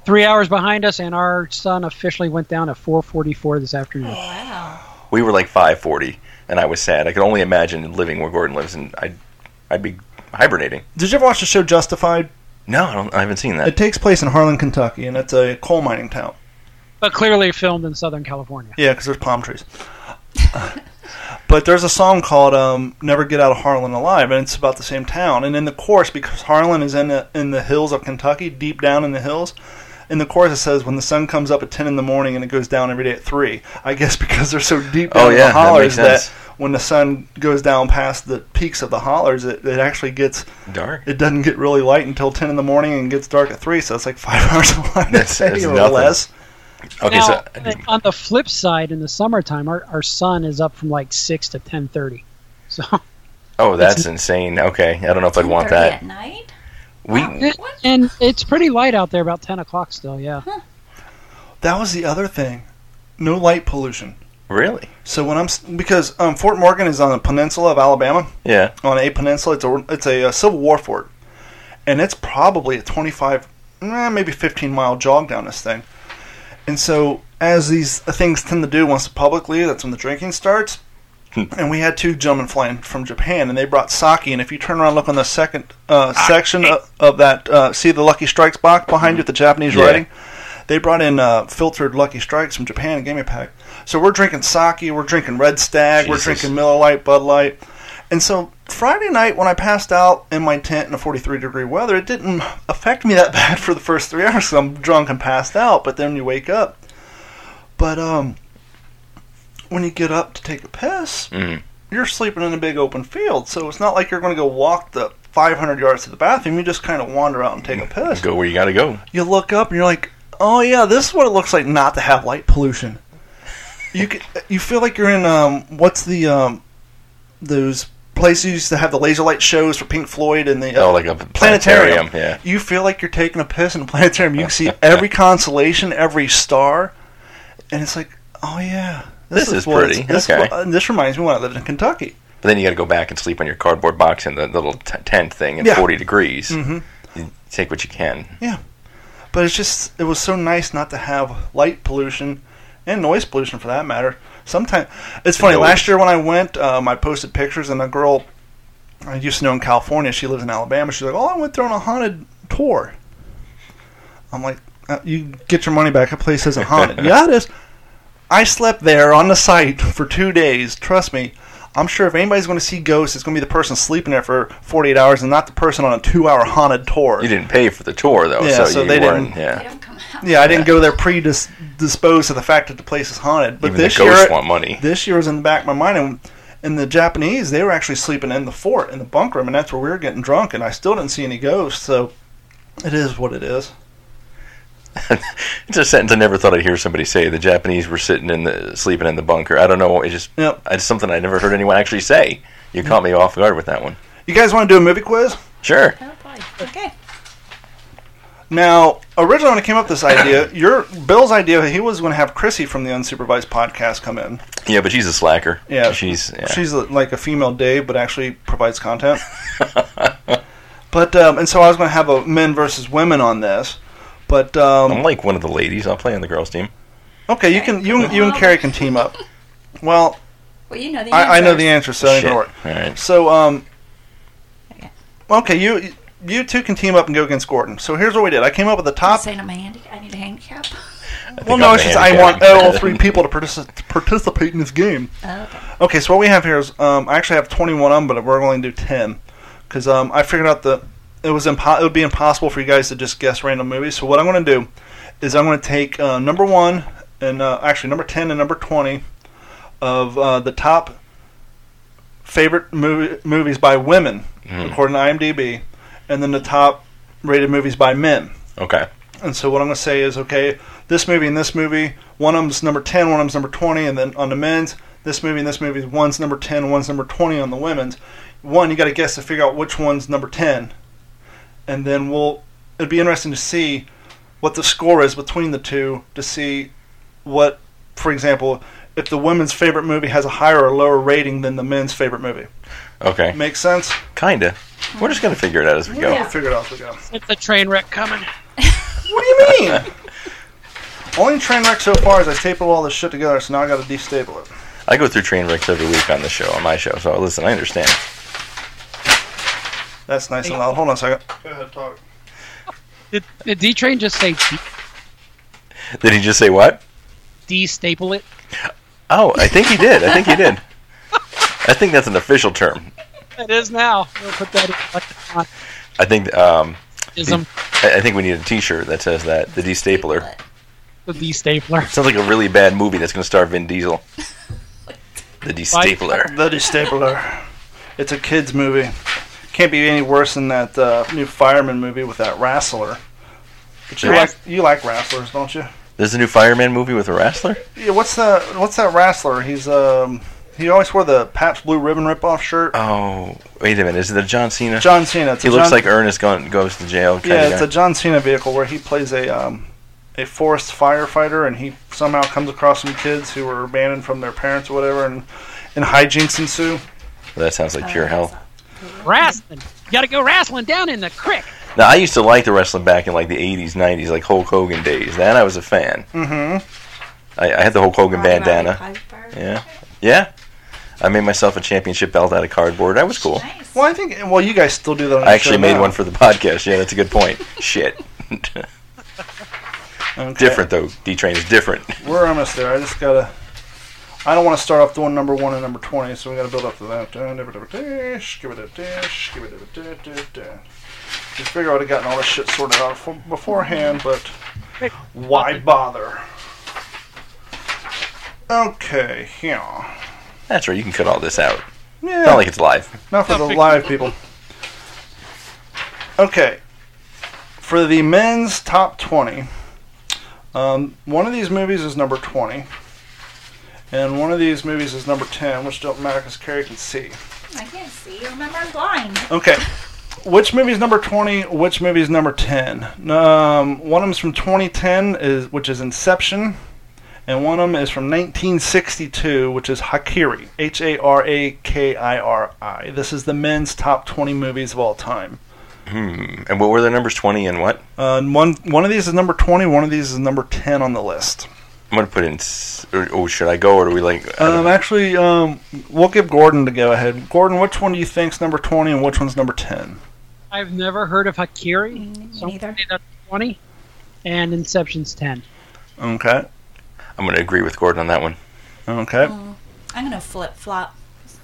Three hours behind us, and our sun officially went down at 4:44 this afternoon.
Wow.
We were like 540, and I was sad. I could only imagine living where Gordon lives, and I'd I'd be hibernating.
Did you ever watch the show Justified?
No, I, don't, I haven't seen
It
that.
takes place in Harlan, Kentucky, and it's a coal mining town.
But clearly filmed in Southern California.
Yeah, because there's palm trees. but there's a song called um, "Never Get Out of Harlan Alive," and it's about the same town. And in the chorus, because Harlan is in the in the hills of Kentucky, deep down in the hills, in the chorus it says, "When the sun comes up at ten in the morning and it goes down every day at 3. I guess because they're so deep down
Oh,
in
yeah,
the
that
hollers
makes sense.
when the sun goes down past the peaks of the hollers, it, it actually gets
Dark.
it doesn't get really light until ten in the morning and gets dark at three. So it's like five hours of light
That's-
a
that's
day or
nothing.
less.
Okay,
now,
so
on the flip side, in the summertime, our, our sun is up from like six to ten thirty. So
oh, that's insane. Okay, I don't know if I'd want
10:30
that.
At night?
We
and it's pretty light out there, about ten o'clock still. Yeah.
That was the other thing. No light pollution.
really?
So when I'm s- because um, Fort Morgan is on the peninsula of Alabama,
Yeah.
on a peninsula. It's a it's a, uh Civil War fort, and it's probably a 25, eh, maybe 15 mile jog down this thing. And so, as these things tend to do once the public leave, that's when the drinking starts. and we had two gentlemen flying from Japan, and they brought sake. And if you turn around, and look on the second uh, section of, of that, uh, see the Lucky Strikes box behind you with the Japanese
Yeah.
writing. They brought in uh, filtered Lucky Strikes from Japan and gave me a pack. So we're drinking sake, we're drinking Red Stag,
Jesus.
we're drinking Miller Lite, Bud Light. And so Friday night, when I passed out in my tent in the 43 degree weather, it didn't affect me that bad for the first three hours 'cause I'm drunk and passed out. But then you wake up. But um, when you get up to take a piss,
Mhm.
you're sleeping in a big open field, so it's not like you're going to go walk the 500 yards to the bathroom. You just kind of wander out and take a piss.
Go where you gotta go.
You look up and you're like, "Oh yeah, this is what it looks like not to have light pollution." You c you feel like you're in um what's the um those places you used to have the laser light shows for Pink Floyd and the uh,
Oh, like a planetarium. Yeah.
you feel like you're taking a piss in a planetarium.
Oh,
You can see every constellation, every star, and it's like, oh yeah,
This is
what
pretty.
it's- This, is
Okay.
what- and this reminds me when I lived in Kentucky.
But then you gotta go back and sleep on your cardboard box in the little t- tent thing at
Yeah.
40 degrees.
hmm
You Take what you can.
But it's just it was so nice not to have light pollution and noise pollution for that matter. Sometimes it's funny.
noise.
Last year when I went, um, I posted pictures and a girl I used to know in California. She lives in Alabama. She's like, "Oh, I went there on a haunted tour." I'm like, uh, "You get your money back. That place isn't haunted." yeah, it is. I slept there on the site for two days. Trust me. I'm sure if anybody's going to see ghosts, it's going to be the person sleeping there for 48 hours and not the person on a two-hour haunted tour.
You didn't pay for the tour though,
Yeah,
so,
so
you
they
weren't.
didn't-
They
Yeah.
don't come out.
Yeah, I didn't go there predisposed to the fact that the place is haunted. But
Even
this
the ghosts
year,
want money.
this year was in the back of my mind, and, and the Japanese they were actually sleeping in the fort in the bunk room, and that's where we were getting drunk, and I still didn't see any ghosts. So it is what it is.
It's a sentence I never thought I'd hear somebody say. The Japanese were sitting in the sleeping in the bunker. I don't know. It just
Yep.
it's something I never heard anyone actually say. You caught me off guard with that one.
You guys want to do a movie quiz?
Sure.
Oh boy. Okay.
Now, originally when I came up with this idea, your Bill's idea, he was going to have Chrissy from the Unsupervised podcast come in.
Yeah, but she's a slacker.
Yeah,
she's yeah.
she's a- like a female Dave, but actually provides content. but um, and so I was going to have a men versus women on this, but um,
I'm like one of the ladies. I'll play on the girls' team.
Okay, you can you and- you and Carrie can team up. Well,
Well, you know the
I, I know the answer,
answers.
so it ain't
Shit.
gonna work.
All right.
So um, okay, you you two can team up and go against Gordon. So here's what we did. I came up with the top.
Saying I'm a handi- I need a handicap.
Well,
think
no,
I'm
it's
the
just I want
handicap.
all three people to partici- participate in this game.
Oh, okay.
Okay, so what we have here is um, I actually have 21 on, but we're going to do 10 because um, I figured out that it was impo- it would be impossible for you guys to just guess random movies. So what I'm going to do is I'm going to take uh, number one and uh, actually number 10 and number 20 of uh, the top favorite movie- movies by women
Mhm.
according to IMDb, and then the top rated movies by men.
Okay.
And so what I'm going to say is, okay, this movie and this movie, one of them's number 10, one of them's number 20, and then on the men's, this movie and this movie, one's number 10, one's number 20 on the women's. One, you got to guess to figure out which one's number 10. And then we'll, it'd be interesting to see what the score is between the two to see what, for example, if the women's favorite movie has a higher or lower rating than the men's favorite movie.
Okay.
Make sense?
Kinda. We're just gonna figure it out as we go.
We'll figure it out as we go.
It's a train wreck coming.
What do you mean? Only train wreck so far is I stapled all this shit together, so now I gotta destaple it.
I go through train wrecks every week on the show, on my show. So listen, I understand.
That's nice and loud. Hold on a second. Go ahead, talk.
Did, did D train just say
Did he just say what?
de-staple it?
Oh, I think he did. I think he did. I think that's an official term.
It is now. We'll put that in electronism.
I think um, I I think we need a T-shirt that says that the destapler.
The de-stapler.
Sounds like a really bad movie that's going to star Vin Diesel. The destapler.
The Destapler. it's a kids movie. Can't be any worse than that uh, new fireman movie with that wrestler. But you
Yeah.
like you like wrestlers, don't you?
There's a new fireman movie with a wrestler.
Yeah. What's that? What's that wrestler? He's um. He always wore the Pat's Blue Ribbon ripoff shirt.
Oh, wait a minute. Is it the John Cena?
John Cena. It's
he
a
looks
John-
like Ernest gone, goes to jail. Kind
Yeah,
of
it's a John Cena vehicle where he plays a um, a forest firefighter, and he somehow comes across some kids who were abandoned from their parents or whatever, and and hijinks ensue.
that sounds like pure hell.
Wrestling. You gotta go wrestling down in the creek.
Now I used to like the wrestling back in like the '80s, '90s, like Hulk Hogan days. Then I was a fan.
Mm-hmm.
I, I had the Hulk Hogan
Roddy
bandana.
Piper.
Yeah, yeah. I made myself a championship belt out of cardboard. That was cool.
Nice.
Well, I think. Well, you guys still do that. On
I
your
actually
show
made
now.
one for the podcast. Yeah, that's a good point. Shit.
Okay.
different though. D Train is different.
We're almost there. I just gotta. I don't want to start off doing number one and number twenty, so we gotta build up to that. Uh, never, never, dash, give it a dash, give it a da, da, da. You figure I would have gotten all this shit sorted out for, beforehand, but why bother? Okay, yeah.
That's right. You can cut all this out.
Yeah.
Not like it's live.
Not for the live people. Okay. For the men's top 20, um, one of these movies is number 20, and one of these movies is number 10, which don't matter because Carrie can see.
I can't see. Remember, I'm blind.
Okay. Which movie's number 20? Which movie's number 10? Um, one of them's from 2010, is which is Inception, and one of them is from 1962, which is Hakiri. H A R A K I R I. This is the men's top 20 movies of all time.
Hmm. And what were their numbers? Twenty and what?
Uh, and one one of these is number 20, one of these is number 10 on the list.
I'm gonna put in. s- Or, oh, should I go or do we like? I don't
Um, actually, um, we'll give Gordon to go ahead. Gordon, which one do you think's number 20 and which one's number 10?
I've never heard of Hakiri.
Me
So
neither.
that's 20. And Inception's 10.
Okay.
I'm gonna agree with Gordon on that one.
Okay.
I'm gonna flip flop.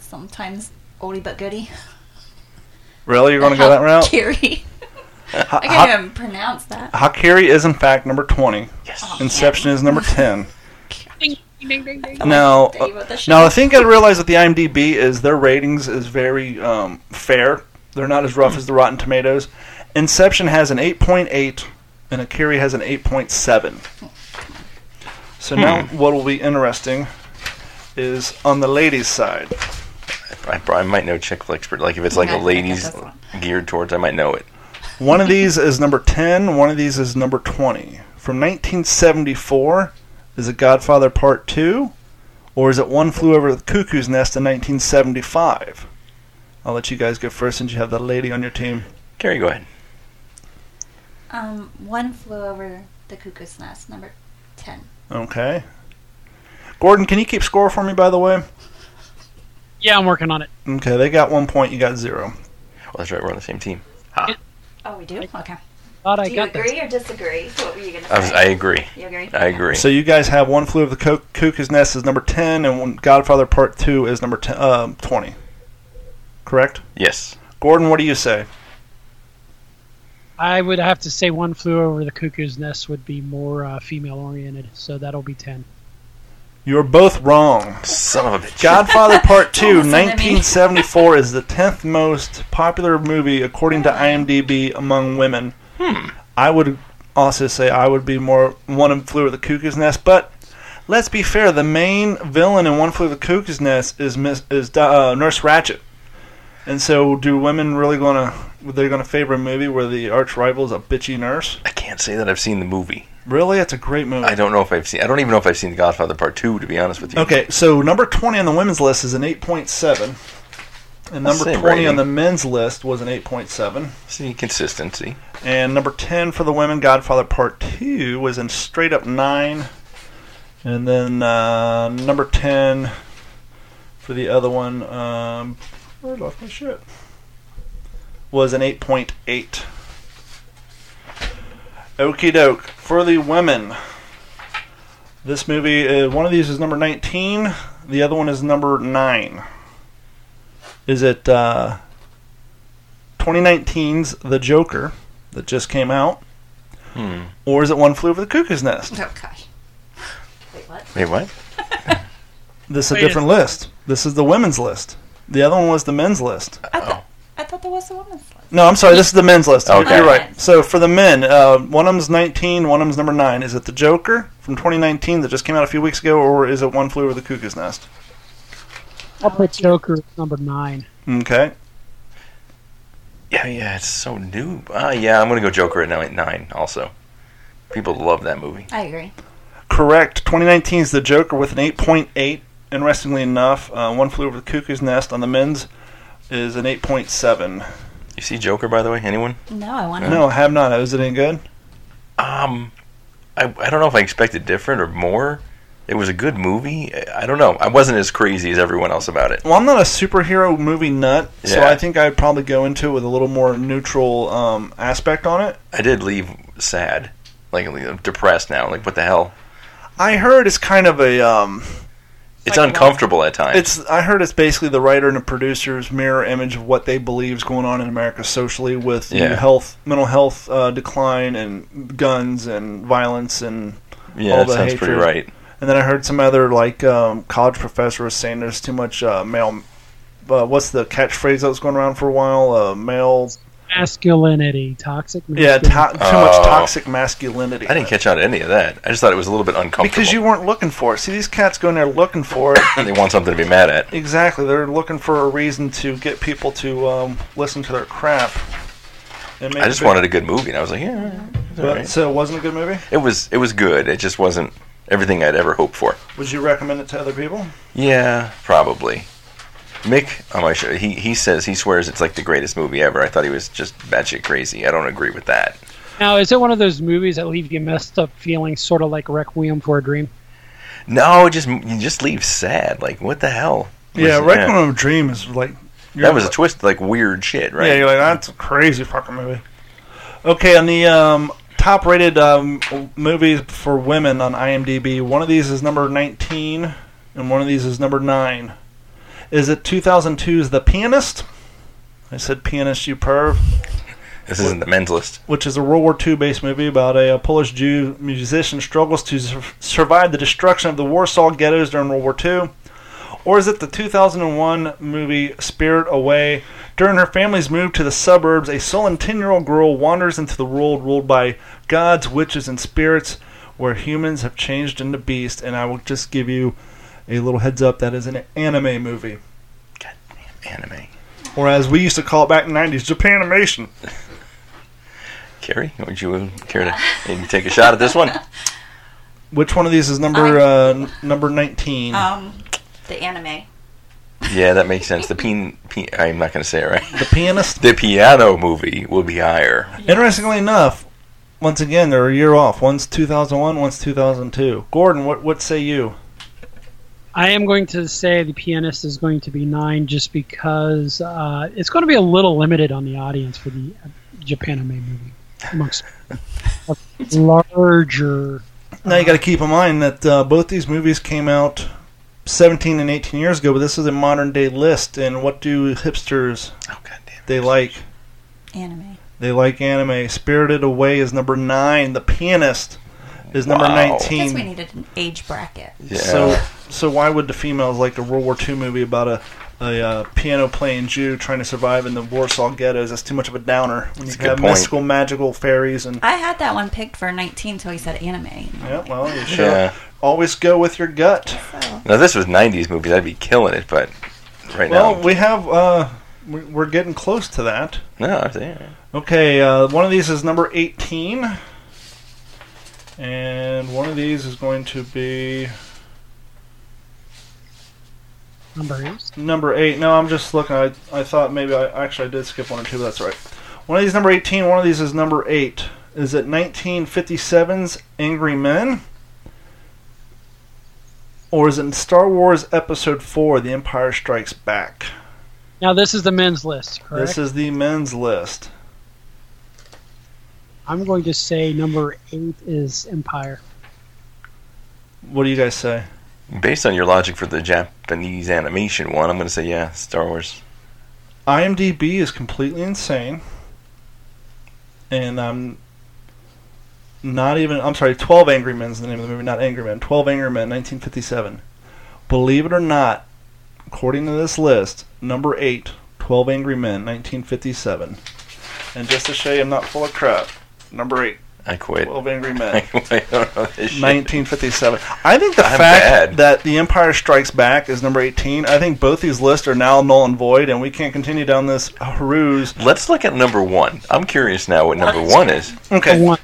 Sometimes oldie but goodie.
Really? You're going to go that route?
Kiri.
Ha-
I
ha-
can't even pronounce that.
Hakiri is in fact number 20.
Yes.
Inception is number 10.
Ding, ding, ding, ding.
Now, uh,
Dave with the
now
show.
the thing I realize with the IMDb is their ratings is very um, fair. They're not as rough as the Rotten Tomatoes. Inception has an 8.8 and Akiri has an 8.7. So now what will be interesting is on the ladies' side.
I probably might know chick flicks, but like if it's like
Yeah,
a
I think I
ladies
got this one.
geared towards, I might know it.
One of these is number 10, one of these is number 20. From 1974, is it Godfather Part 2? Or is it One Flew Over the Cuckoo's Nest in 1975? I'll let you guys go first since you have the lady on your team.
Carrie, go ahead.
Um, one flew over the cuckoo's nest. Number ten.
Okay. Gordon, can you keep score for me, by the way?
Yeah, I'm working on it.
Okay, they got one point, you got zero.
Well, that's right. We're on the same team.
Oh, we do. Okay.
Thought I
Do you
got this.
agree or disagree? What were you gonna say?
I, was, I agree.
you agree?
I agree.
So you guys have One Flew Over the Co- Cuckoo's Nest is number 10, and one- Godfather Part 2 is number 10, uh, 20. Correct?
yes.
Gordon, what do you say?
I would have to say one flew over the cuckoo's nest would be more uh, female oriented, so that'll be ten.
You're both wrong.
Son of a bitch.
Godfather Part 2,
Listen to me.
1974, is the 10th most popular movie, according to IMDb, among women. I would also say I would be more One and Flew Over the Cuckoo's Nest, but let's be fair, the main villain in One Flew Over the Cuckoo's Nest is Miss, is uh, Nurse Ratchet. And so, do women really gonna they're gonna favor a movie where the arch rival is a bitchy nurse?
I can't say that I've seen the movie.
Really, it's a great movie.
I don't know if I've seen. I don't even know if I've seen The Godfather Part Two. To be honest with you.
Okay, so number 20 on the women's list is an 8.7. And number
Same
20
rating.
on the men's list was an 8.7.
See consistency.
And number 10 for the women, Godfather Part 2, was in straight up 9. And then uh, number 10 for the other one, um, where did I lost my shit, was an 8.8. Okie doke. For the women, this movie, uh, one of these is number 19, the other one is number 9. Is it uh, 2019's The Joker that just came out?
Hmm.
Or is it One Flew Over the Cuckoo's Nest?
Oh gosh. Wait, what?
Wait, what?
This is a
Wait a-
different list. This is the women's list. The other one was the men's list.
I,
Oh.
th- I thought there was a woman's list.
No, I'm sorry. This is the men's list.
Okay.
You're right. So for the men, uh, one of them's 19, one of them's number nine. Is it the Joker from 2019 that just came out a few weeks ago, or is it One Flew Over the Cuckoo's Nest?
Oh,
I'll put Joker at number nine.
Okay.
Yeah, yeah, it's so new. Ah, yeah, I'm gonna go Joker at nine, nine also. People love that movie.
I agree.
Correct. 2019 is the Joker with an 8.8. Interestingly enough, uh, One Flew Over the Cuckoo's Nest on the men's is an 8.7.
You see Joker, by the way? Anyone?
No, I want to.
No, I have not. Is it any good?
Um, I, I don't know if I expected different or more. It was a good movie. I I don't know. I wasn't as crazy as everyone else about it.
Well, I'm not a superhero movie nut, so
Yeah.
I think I'd probably go into it with a little more neutral um, aspect on it.
I did leave sad, like I'm depressed now. Like what the hell?
I heard it's kind of a um,
It's uncomfortable at times.
it's I heard it's basically the writer and the producer's mirror image of what they believe is going on in America socially with you know,
Yeah.
health, mental health uh, decline, and guns and violence and
yeah,
all
that
the
sounds pretty
hatred.
right.
And then I heard some other like um, college professor was saying there's too much uh, male. Uh, what's the catchphrase that was going around for a while? Uh, male.
Masculinity, toxic.
Yeah,
Masculinity.
to- too much
Oh.
toxic masculinity.
I didn't catch on to any of that. I just thought it was a little bit uncomfortable
because you weren't looking for it. See, these cats go in there looking for it.
they want something to be mad at.
exactly, they're looking for a reason to get people to um, listen to their crap. And make
I just
big-
wanted a good movie, and I was like, yeah, it's all
But-
right.
So it wasn't a good movie.
it was it was good. It just wasn't everything I'd ever hoped for.
Would you recommend it to other people?
Yeah, probably. Mick on my show, he he says he swears it's like the greatest movie ever. I thought he was just batshit crazy. I don't agree with that.
Now, is it one of those movies that leave you messed up feeling sort of like Requiem for a Dream?
No, it just you just leave sad. Like what the hell?
Yeah,
Was-
Requiem of a Dream is like
That was a twist, like weird shit, right?
Yeah, you're like, that's a crazy fucking movie. Okay, on the um, top rated um, movies for women on IMDb, one of these is number 19 and one of these is number 9. Is it 2002's The Pianist? I said Pianist, you perv.
This isn't the men's list.
Which is a World War II based movie about a, uh Polish Jew musician struggles to sur- survive the destruction of the Warsaw ghettos during World War II. Or is it the 2001 movie Spirit Away? During her family's move to the suburbs, a sullen 10 year old girl wanders into the world ruled by gods, witches, and spirits where humans have changed into beasts. And I will just give you a little heads up that is an anime movie.
Anime.
Or as we used to call it back in the 90s, Japanimation.
Carrie, would you care to maybe take a shot at this one?
Which one of these is number uh, n- number 19?
Um, the anime.
Yeah, that makes sense. The peen, peen I'm not going to say it right.
The Pianist.
The piano movie will be higher.
Interestingly enough, once again they're a year off. One's 2001, one's 2002. Gordon, what what say you?
I am going to say the pianist is going to be nine, just because uh, it's going to be a little limited on the audience for the uh, Japan anime movie. Amongst a larger,
Now you got to keep in mind that uh, both these movies came out 17 and 18 years ago, but this is a modern day list. And what do hipsters
Oh god damn.
they like?
Anime.
They like anime. Spirited Away is number nine. The Pianist is number
Wow.
I guess we
19.
needed an age bracket.
Yeah.
So so why would the females like a World War II movie about a a uh, piano playing Jew trying to survive in the Warsaw ghettos. That's too much of a downer. When you
a good
have
point.
mystical, magical fairies and
I had that one picked for 19 till he said anime.
Yeah, well, you should
yeah.
always go with your gut.
Now this was '90s movie. That'd be killing it, but right
Well,
now,
we have uh, we- we're getting close to that.
no. I think-
Okay, uh, one of these is number eighteen, and one of these is going to be
number is
number eight. No, I'm just looking. I I thought maybe I actually I did skip one or two, but that's all right. One of these is number eighteen. One of these is number eight. Is it 1957's Angry Men? Or is it Star Wars Episode 4, The Empire Strikes Back?
now this is the men's list, correct?
This is the men's list.
I'm going to say number eight is Empire.
What do you guys say?
Based on your logic for the Japanese animation one, I'm going to say yeah, Star Wars.
IMDb is completely insane, and I'm not even. I'm sorry. Twelve Angry Men is the name of the movie, not Angry Men. Twelve Angry Men, 1957. Believe it or not, According to this list, number eight, 12 Angry Men, 1957. And just to show you I'm not full of crap, number eight,
I quit.
12 Angry
I
Men,
don't know this shit.
1957. I think the
I'm
fact
bad.
that The Empire Strikes Back is number 18, I think both these lists are now null and void, and we can't continue down this ruse.
Let's look at number one. I'm curious now what number one is.
Okay,
The one-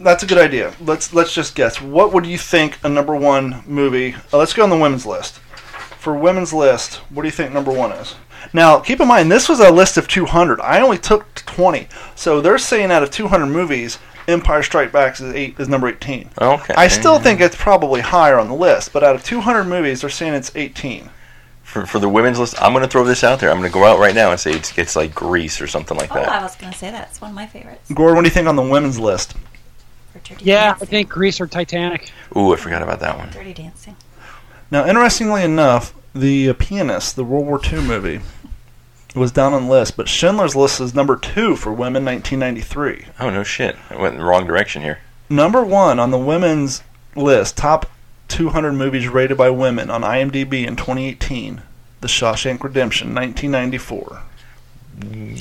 That's a good idea. Let's let's just guess. What would you think a number one movie? Uh, let's go on the women's list. For women's list, what do you think number one is? Now, keep in mind this was a list of 200. I only took 20, so they're saying out of 200 movies, Empire Strikes Back is eight is number 18.
Okay.
I still think it's probably higher on the list, but out of 200 movies, they're saying it's 18.
for, for the women's list, I'm going to throw this out there. I'm going to go out right now and say it's, it's like Greece or something like
Oh, I
that.
was gonna say that's one of my favorites.
Gordon, what do you think on the women's list?
Or Dirty
yeah, I
Dancing.
think Grease or Titanic.
Ooh, I forgot about that one.
Dirty Dancing.
Now, interestingly enough, the uh, pianist, the World War II movie, was down on the list, but Schindler's List is number two for women, 1993.
Oh no, shit! I went in the wrong direction here.
Number one on the women's list, top 200 movies rated by women on IMDb in 2018, The Shawshank Redemption, 1994.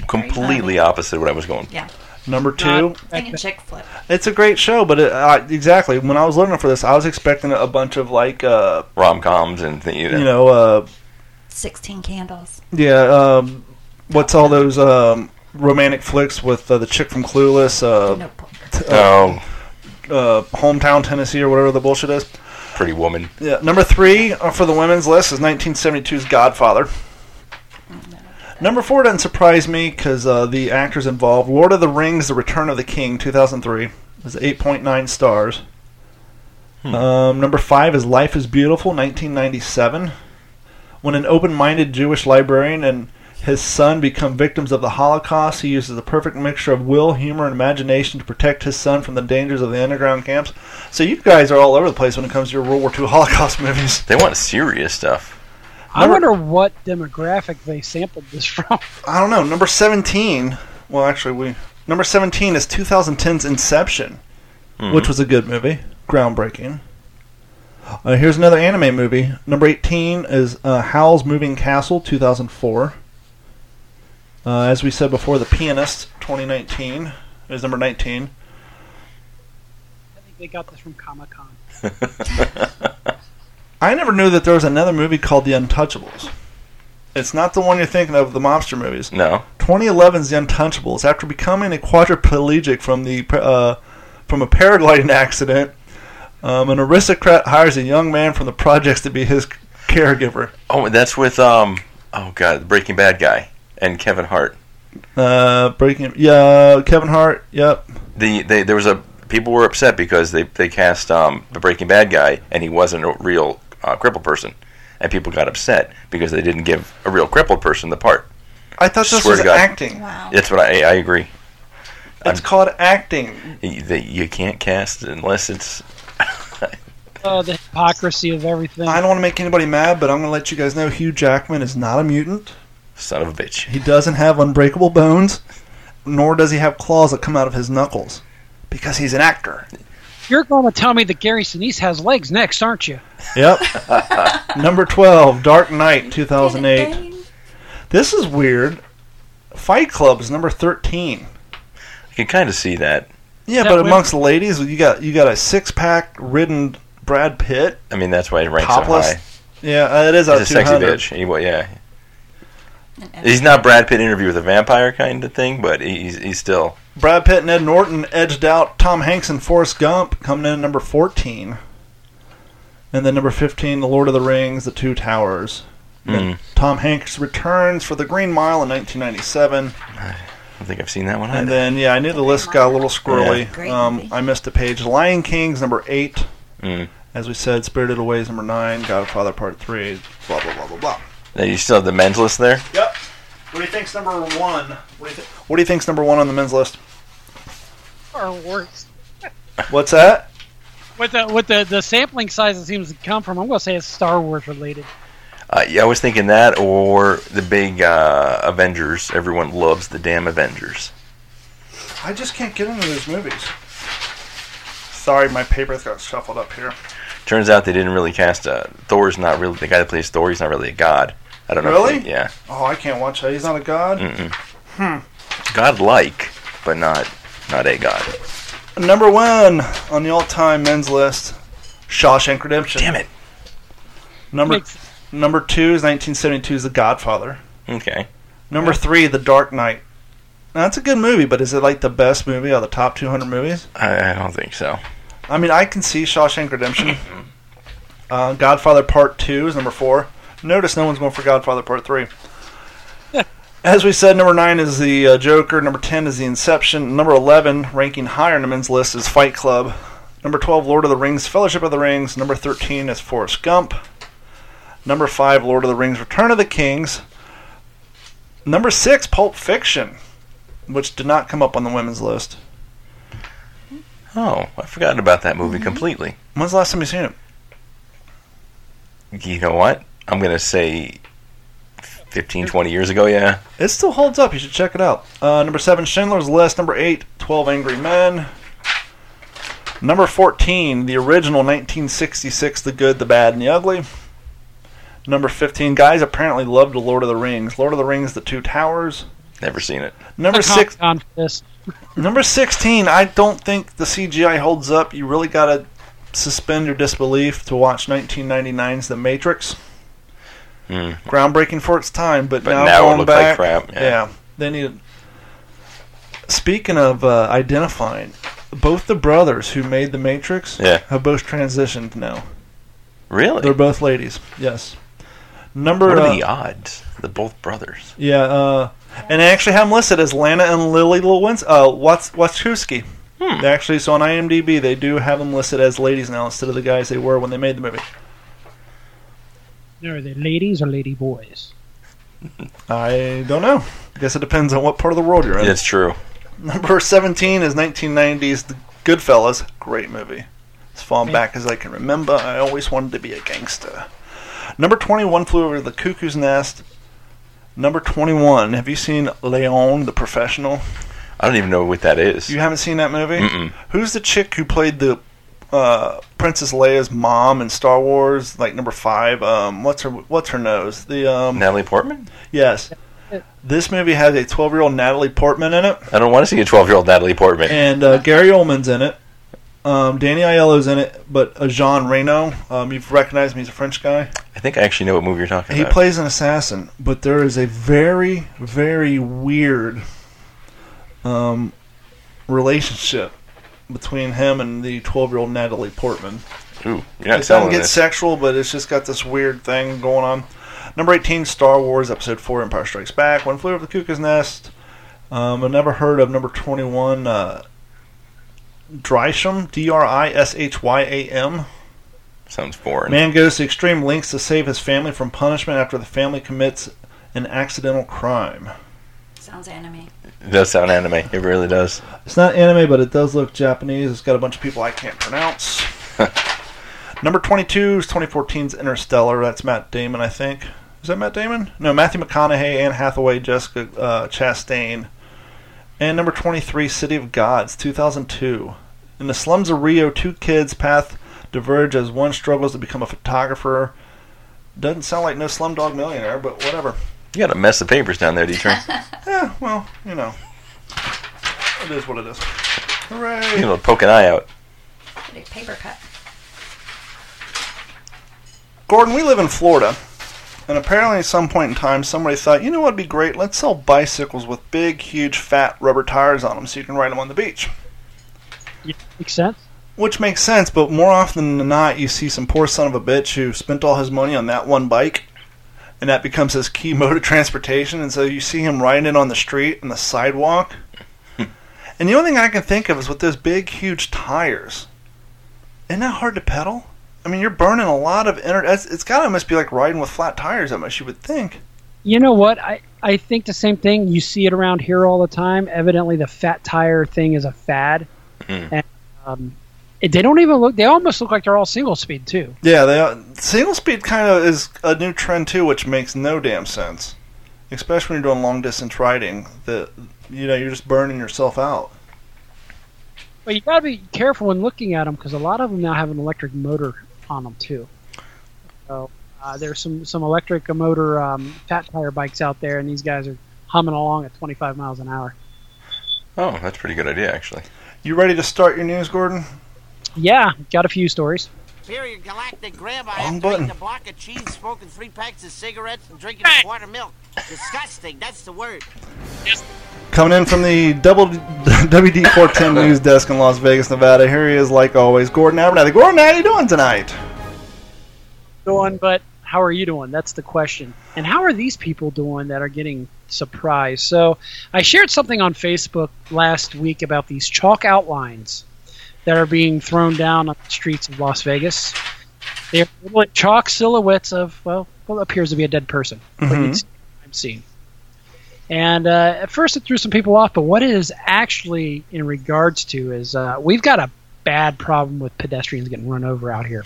Completely opposite of what I was going.
Number two,
Singing chick flip.
it's a great show, but it, uh, exactly when I was looking for this, I was expecting a bunch of like, uh,
Rom coms and th- you know.
you know, uh,
Sixteen Candles.
yeah, um, what's all those um, romantic flicks with uh, the chick from Clueless, uh,
Notebook. Mm,
oh,
uh, hometown Tennessee or whatever the bullshit is.
pretty woman.
Yeah, number three uh, for the women's list is 1972's Godfather. Number four doesn't surprise me because uh, the actors involved. Lord of the Rings: The Return of the King, 2003, is 8.9 stars. Um, number five is Life is Beautiful, 1997. When an open-minded Jewish librarian and his son become victims of the Holocaust, he uses the perfect mixture of will, humor, and imagination to protect his son from the dangers of the underground camps. So you guys are all over the place when it comes to your World War II Holocaust movies.
They want serious stuff.
I wonder what demographic they sampled this from.
I don't know. Number 17. Well, actually, we. Number 17 is 2010's Inception,
Hmm. Mm-hmm.
which was a good movie. Groundbreaking. Uh, here's another anime movie. Number 18 is uh, Howl's Moving Castle, 2004. Uh, as we said before, The Pianist, 2019, is number 19.
I think they got this from Comic Con.
I never knew that there was another movie called The Untouchables. It's not the one you're thinking of, the mobster movies.
No,
2011's The Untouchables. After becoming a quadriplegic from the uh, from a paragliding accident, um, an aristocrat hires a young man from the projects to be his caregiver.
oh, that's with um, oh god, the Breaking Bad guy and Kevin Hart.
Uh, breaking, yeah, Kevin Hart. Yep.
The they, there was a people were upset because they they cast um the Breaking Bad guy and he wasn't a real uh, crippled person, and people got upset because they didn't give a real crippled person the part.
I thought this
Swear
was
to God.
acting.
Wow.
That's what I I agree.
It's called acting.
You, that you can't cast unless it's
Oh, the hypocrisy of everything.
I don't want to make anybody mad, but I'm going to let you guys know Hugh Jackman is not a mutant.
son of a bitch.
He doesn't have unbreakable bones, nor does he have claws that come out of his knuckles, because he's an actor.
You're going to tell me that Gary Sinise has legs next, aren't you?
Yep. Number 12, Dark Knight 2008.
Ding, ding.
This is weird. Fight Club is number 13.
I can kind of see that.
Yeah,
That
but
women-
amongst ladies, you got you got a six-pack ridden Brad Pitt.
I mean, that's why it ranks
Topless.
so high.
Yeah, uh, it is out of
He's a sexy
200.
bitch. He, well, yeah,
And Ed-
he's not Brad Pitt interview with a vampire kind of thing, but he's he's still
Brad Pitt and Ed Norton edged out Tom Hanks and Forrest Gump, coming in at number 14. And then number 15, The Lord of the Rings, The Two Towers. And then
Hmm.
Tom Hanks returns for The Green Mile in 1997.
I don't think I've seen that one.
And
either.
then yeah, I knew the list got a little squirrely.
Great
Um,
movie.
I missed a page. Lion King's number eight.
Mm.
As we said, Spirited Away is number nine. Godfather Part Three. Blah blah blah blah blah.
Now, you still have the men's list there.
Yep. What do you think's number one? What do you, th- what do you think's number one on the men's list?
Or worse.
What's that?
With the with the, the sampling size it seems to come from, I'm going to say it's Star Wars related.
Uh, yeah, I was thinking that or the big uh, Avengers. Everyone loves the damn Avengers.
I just can't get into those movies. Sorry, my papers got shuffled up here.
Turns out they didn't really cast uh, Thor's not really the guy that plays Thor. He's not really a god. I don't know.
Really?
If they, yeah.
Oh, I can't watch that. He's not a god.
Mm-mm.
Hmm.
Godlike, but not not a god.
Mm. Number one on the all-time men's list, Shawshank Redemption.
Damn it.
Number
Makes-
number two is 1972's The Godfather.
Okay.
Number three, The Dark Knight. Now, that's a good movie, but is it like the best movie of the top 200 movies?
I, I don't think so.
I mean, I can see Shawshank Redemption. uh, Godfather Part 2 is number 4. Notice no one's going for Godfather Part 3. As we said, number 9 is The uh, Joker. Number 10 is The Inception. Number 11, ranking higher in the men's list, is Fight Club. Number 12, Lord of the Rings, Fellowship of the Rings. Number 13 is Forrest Gump. Number 5, Lord of the Rings, Return of the Kings. Number 6, Pulp Fiction, which did not come up on the women's list.
Oh, I forgot about that
Mm-hmm.
movie completely.
When's the last time you seen it?
You know what? I'm gonna say 15, 20 years ago. Yeah.
It still holds up. You should check it out. Uh, number seven, Schindler's List. Number eight, 12 Angry Men. Number 14, the original 1966 The Good, the Bad, and the Ugly. Number 15, guys apparently loved Lord of the Rings. Lord of the Rings, The Two Towers.
Never seen it.
Number
Uh-huh.
six,
Comic-Con for this.
number 16, I don't think the CGI holds up. You really got to suspend your disbelief to watch 1999's The Matrix.
Mm.
groundbreaking for its time, but,
But
now,
now it
going
looks like
back,
crap, yeah.
they need. Speaking of uh, identifying, both the brothers who made the Matrix
Yeah.
have both transitioned now.
Really?
They're both ladies. Yes. Number
what
uh,
are the odds? They're both brothers.
yeah, uh, and they actually have them listed as Lana and Lily Lewins, uh, Wats- Wachowski.
Hmm.
They Actually, so on IMDb, they do have them listed as ladies now instead of the guys they were when they made the movie.
Are they ladies or lady boys?
I don't know. I guess it depends on what part of the world you're in.
That's true.
Number 17 is 1990's The Goodfellas. Great movie. As far back as I can remember, I always wanted to be a gangster. Number 21 flew over the cuckoo's nest. Number 21, have you seen Leon the Professional?
I don't even know what that is.
You haven't seen that movie?
Mm-mm.
Who's the chick who played the uh, Princess Leia's mom in Star Wars? Like number 5, um what's her what's her nose? The um
Natalie Portman?
yes. This movie has a 12-year-old Natalie Portman in it.
I don't want to see a 12 year old Natalie Portman.
and uh, Gary Oldman's in it. Um, Danny Aiello's in it, but uh, Jean Reno, um, you've recognized him. He's a French guy.
I think I actually know what movie you're talking
He
about.
plays an assassin, but there is a very, very weird um, relationship between him and the 12-year-old Natalie Portman.
Ooh, you're not
it doesn't
selling
get
this.
sexual, but it's just got this weird thing going on. Number 18, Star Wars Episode 4, Empire Strikes Back. One Flew Over the Cuckoo's Nest. Um, I've never heard of number 21, uh, Drisham, D R I S H Y A M.
Sounds foreign.
Man goes to extreme lengths to save his family from punishment after the family commits an accidental crime.
Sounds anime.
It does sound anime. It really does.
It's not anime, but it does look Japanese. It's got a bunch of people I can't pronounce. Number 22 is 2014's Interstellar. That's Matt Damon, I think. Is that Matt Damon? No, Matthew McConaughey, Anne Hathaway, Jessica uh, Chastain. And number 23, City of Gods, 2002. In the slums of Rio, two kids' path diverge as one struggles to become a photographer. Doesn't sound like no Slumdog Millionaire, but whatever.
You got a mess of papers down there, Dietrich.
Yeah, well, you know. It is what it is. Hooray!
You know, poke an eye out.
Get a paper cut.
Gordon, we live in Florida, and apparently at some point in time, somebody thought, you know what would be great? Let's sell bicycles with big, huge, fat rubber tires on them so you can ride them on the beach.
Makes sense.
Which makes sense, but more often than not, you see some poor son of a bitch who spent all his money on that one bike, and that becomes his key mode of transportation, and so you see him riding it on the street and the sidewalk. and the only thing I can think of is with those big, huge tires. Isn't that hard to pedal? I mean, you're burning a lot of energy. It's, it's got to almost be like riding with flat tires, almost, you would think.
You know what? I, I think the same thing. You see it around here all the time. Evidently, the fat tire thing is a fad.
Mhm.
And, um, it- they don't even look. They almost look like they're all single speed too.
Yeah, they are. Single speed kind of is a new trend too, which makes no damn sense. Especially when you're doing long distance riding, the you know you're just burning yourself out.
But you gotta be careful when looking at them because a lot of them now have an electric motor on them too. So Uh, there's some some electric motor um, fat tire bikes out there, and these guys are humming along at 25 miles an hour.
Oh, that's a pretty good idea, actually.
You ready to start your news, Gordon?
Yeah, got a few stories.
Superior Galactic Grab. I
Wrong
have to
button.
eat a block of cheese, smoking three packs of cigarettes, and drinking water milk. Disgusting. That's the word.
Coming in from the double WD410 news desk in Las Vegas, Nevada. Here he is, like always, Gordon Abernathy. Gordon, how you doing tonight?
Doing, but how are you doing? That's the question. And how are these people doing that are getting surprised? So I shared something on Facebook last week about these chalk outlines that are being thrown down on the streets of Las Vegas. They're little chalk silhouettes of well, what appears to be a dead person. What
Mhm.
you'd see- I'm seeing. And uh, at first, it threw some people off. But what it is actually in regards to is uh, we've got a bad problem with pedestrians getting run over out here.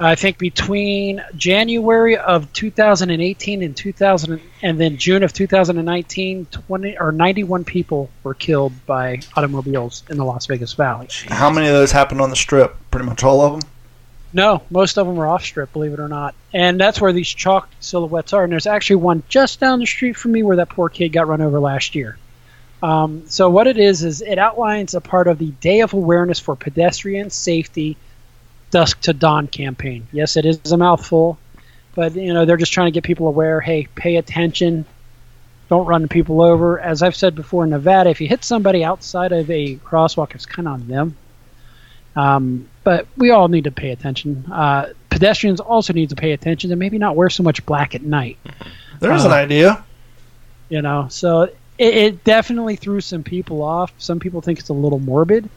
I think between January of 2018 and 2000, and then June of 2019, 20 or 91 people were killed by automobiles in the Las Vegas Valley.
How many of those happened on the strip? Pretty much all of them.
No, most of them are off strip, believe it or not. And that's where these chalk silhouettes are. And there's actually one just down the street from me where that poor kid got run over last year. Um, so, what it is, is it outlines a part of the Day of Awareness for Pedestrian Safety Dusk to Dawn campaign. Yes, it is a mouthful, but you know they're just trying to get people aware hey, pay attention. Don't run people over. As I've said before in Nevada, if you hit somebody outside of a crosswalk, it's kind of on them. Um, but we all need to pay attention. Uh, pedestrians also need to pay attention and maybe not wear so much black at night.
There's an
Uh,
idea.
You know, so it, it definitely threw some people off. Some people think it's a little morbid,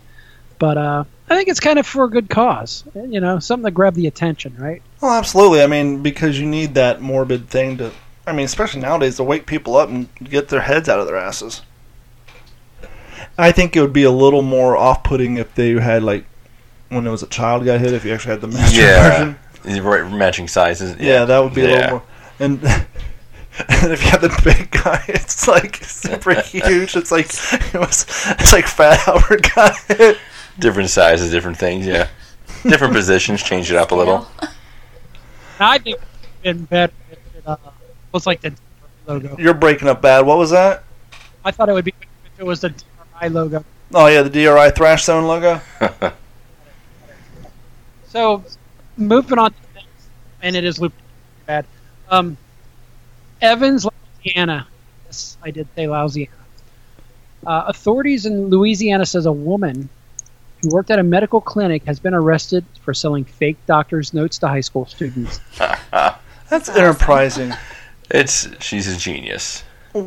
but uh, I think it's kind of for a good cause. You know, something to grab the attention, right?
Well, absolutely. I mean, because you need that morbid thing to. I mean, especially nowadays, to wake people up and get their heads out of their asses. I think it would be a little more off-putting if they had like when it was a child got hit. If you actually had the master
Yeah.
version.
You're Right, matching sizes.
Yeah, that would be a
Yeah.
little more. And, and if you have the big guy, it's like super huge. It's like it was. It's like Fat Albert got it.
Different sizes, different things. Yeah, different positions. Change it up a little.
And I think it's been better. If it, uh, was like the DRI logo.
You're breaking up bad. What was that?
I thought it would be good if it was the DRI logo.
Oh yeah, the DRI Thrash Zone logo.
So, moving on, to the next, and it is looped bad. Um, Evans, Louisiana. Yes, I did say Louisiana. Uh, authorities in Louisiana says a woman who worked at a medical clinic has been arrested for selling fake doctor's notes to high school students.
That's enterprising.
It's she's a genius,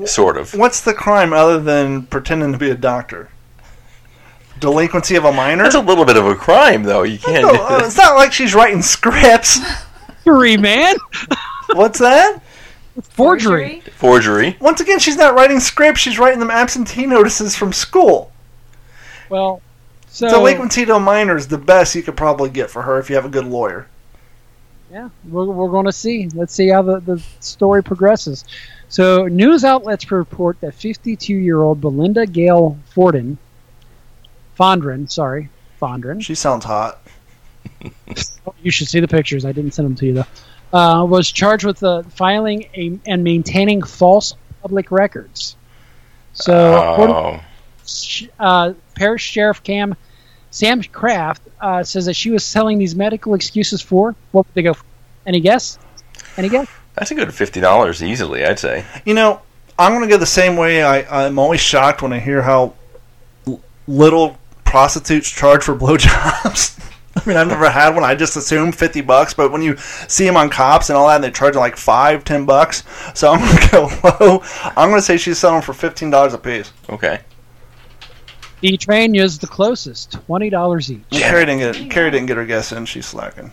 sort of.
What's the crime other than pretending to be a doctor? Delinquency of a minor.
That's a little bit of a crime, though. You can't.
No, uh, it's not like she's writing scripts.
Forgery, man!
What's that?
Forgery.
Forgery.
Once again, she's not writing scripts. She's writing them absentee notices from school.
Well, so
Delinquency to a minor is the best you could probably get for her if you have a good lawyer.
Yeah, we're, we're going to see. Let's see how the, the story progresses. So, news outlets report that 52 year old Belinda Gale Forden, Fondren, sorry, Fondren,
She sounds hot.
you should see the pictures. I didn't send them to you, though, uh, was charged with uh, filing a, and maintaining false public records. So, according uh,
Oh,
uh,
that's a good fifty dollars easily. I'd say.
You know, I'm going to go the same way. I, I'm always shocked when I hear how l- little prostitutes charge for blowjobs. I mean, I've never had one. I just assume 50 bucks, but when you see them on cops and all that, and they charge like five, ten bucks. So I'm going to go low. I'm going to say she's selling for $15 a piece.
Okay.
The train is the closest, twenty dollars each.
Carrie didn't, get, Carrie didn't get her guess in. She's slacking.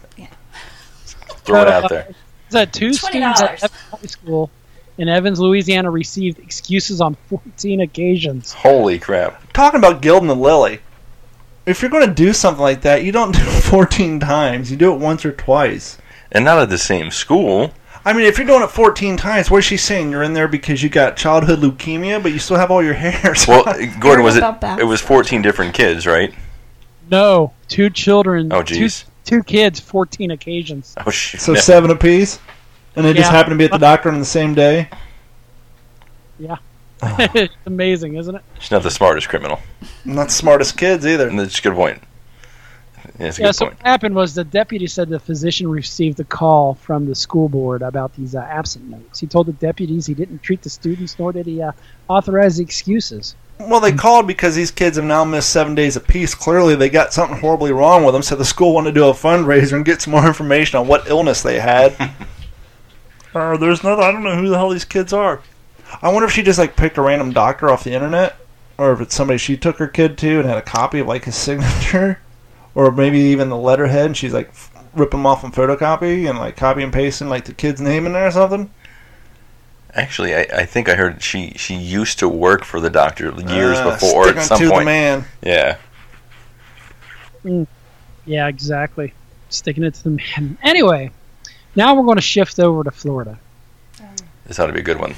Throw it out there.
Is that two students at
$20.
Evans High School in Evans, Louisiana, received excuses on fourteen occasions.
Holy crap!
talking about Gildan and Lily, if you're going to do something like that, you don't do it 14 times. You do it once or twice.
And not at the same school.
I mean, if you're doing it 14 times, where's she saying you're in there because you got childhood leukemia, but you still have all your hairs?
Well, uh, Gordon was it?
about that.
It was fourteen different kids, right?
No, two children.
Oh,
two
jeez.
two kids 14 occasions.
Oh shit!
So
Yeah.
seven apiece, and they just
Yeah.
happened to be at the doctor on the same day.
it's amazing, isn't it?
She's not the smartest criminal.
Not the smartest kids either.
And that's a good point. Yeah, that's a
yeah,
good
so
point.
what happened was the deputy said the physician received a call from the school board about these uh, absent notes. He told the deputies he didn't treat the students, nor did he uh, authorize the excuses.
Well, they called because these kids have now missed seven days apiece. Clearly, they got something horribly wrong with them, so the school wanted to do a fundraiser and get some more information on what illness they had. uh, there's nothing. I don't know who the hell these kids are. I wonder if she just like picked a random doctor off the internet, or if it's somebody she took her kid to and had a copy of like his signature, or maybe even the letterhead, and she's like f- ripping them off on photocopy and like copy and pasting like the kid's name in there or something.
Actually, I, I think I heard she she used to work for the doctor years
Uh,
Ah,
before
sticking
at some
to the
point.
man.
Yeah.
Yeah, exactly. Sticking it to the man. Anyway, now we're going to shift over to Florida.
This ought to be a good one.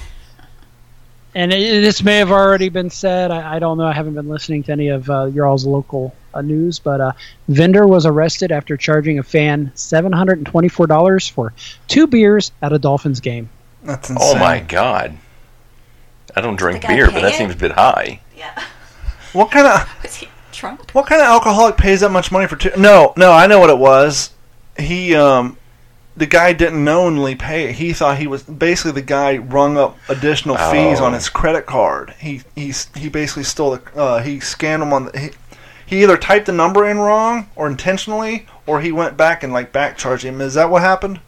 And it, this may have already been said. I, I don't know. I haven't been listening to any of uh, your all's local uh, news, but uh, Vendor was arrested after charging a fan $724 for two beers at a Dolphins game.
That's insane.
Oh my god. I don't drink
Did the guy
beer, but
pay
that
it?
seems a bit high.
Yeah.
What kind of
Was he drunk?
What kind of alcoholic pays that much money for two? No, no, I know what it was. He, um, the guy didn't knowingly pay it. He thought he was basically the guy rung up additional fees
Oh.
on his credit card. He he he basically stole the uh, he scanned them on the. He, he either typed the number in wrong or intentionally, or he went back and like back charged him. Is that what happened?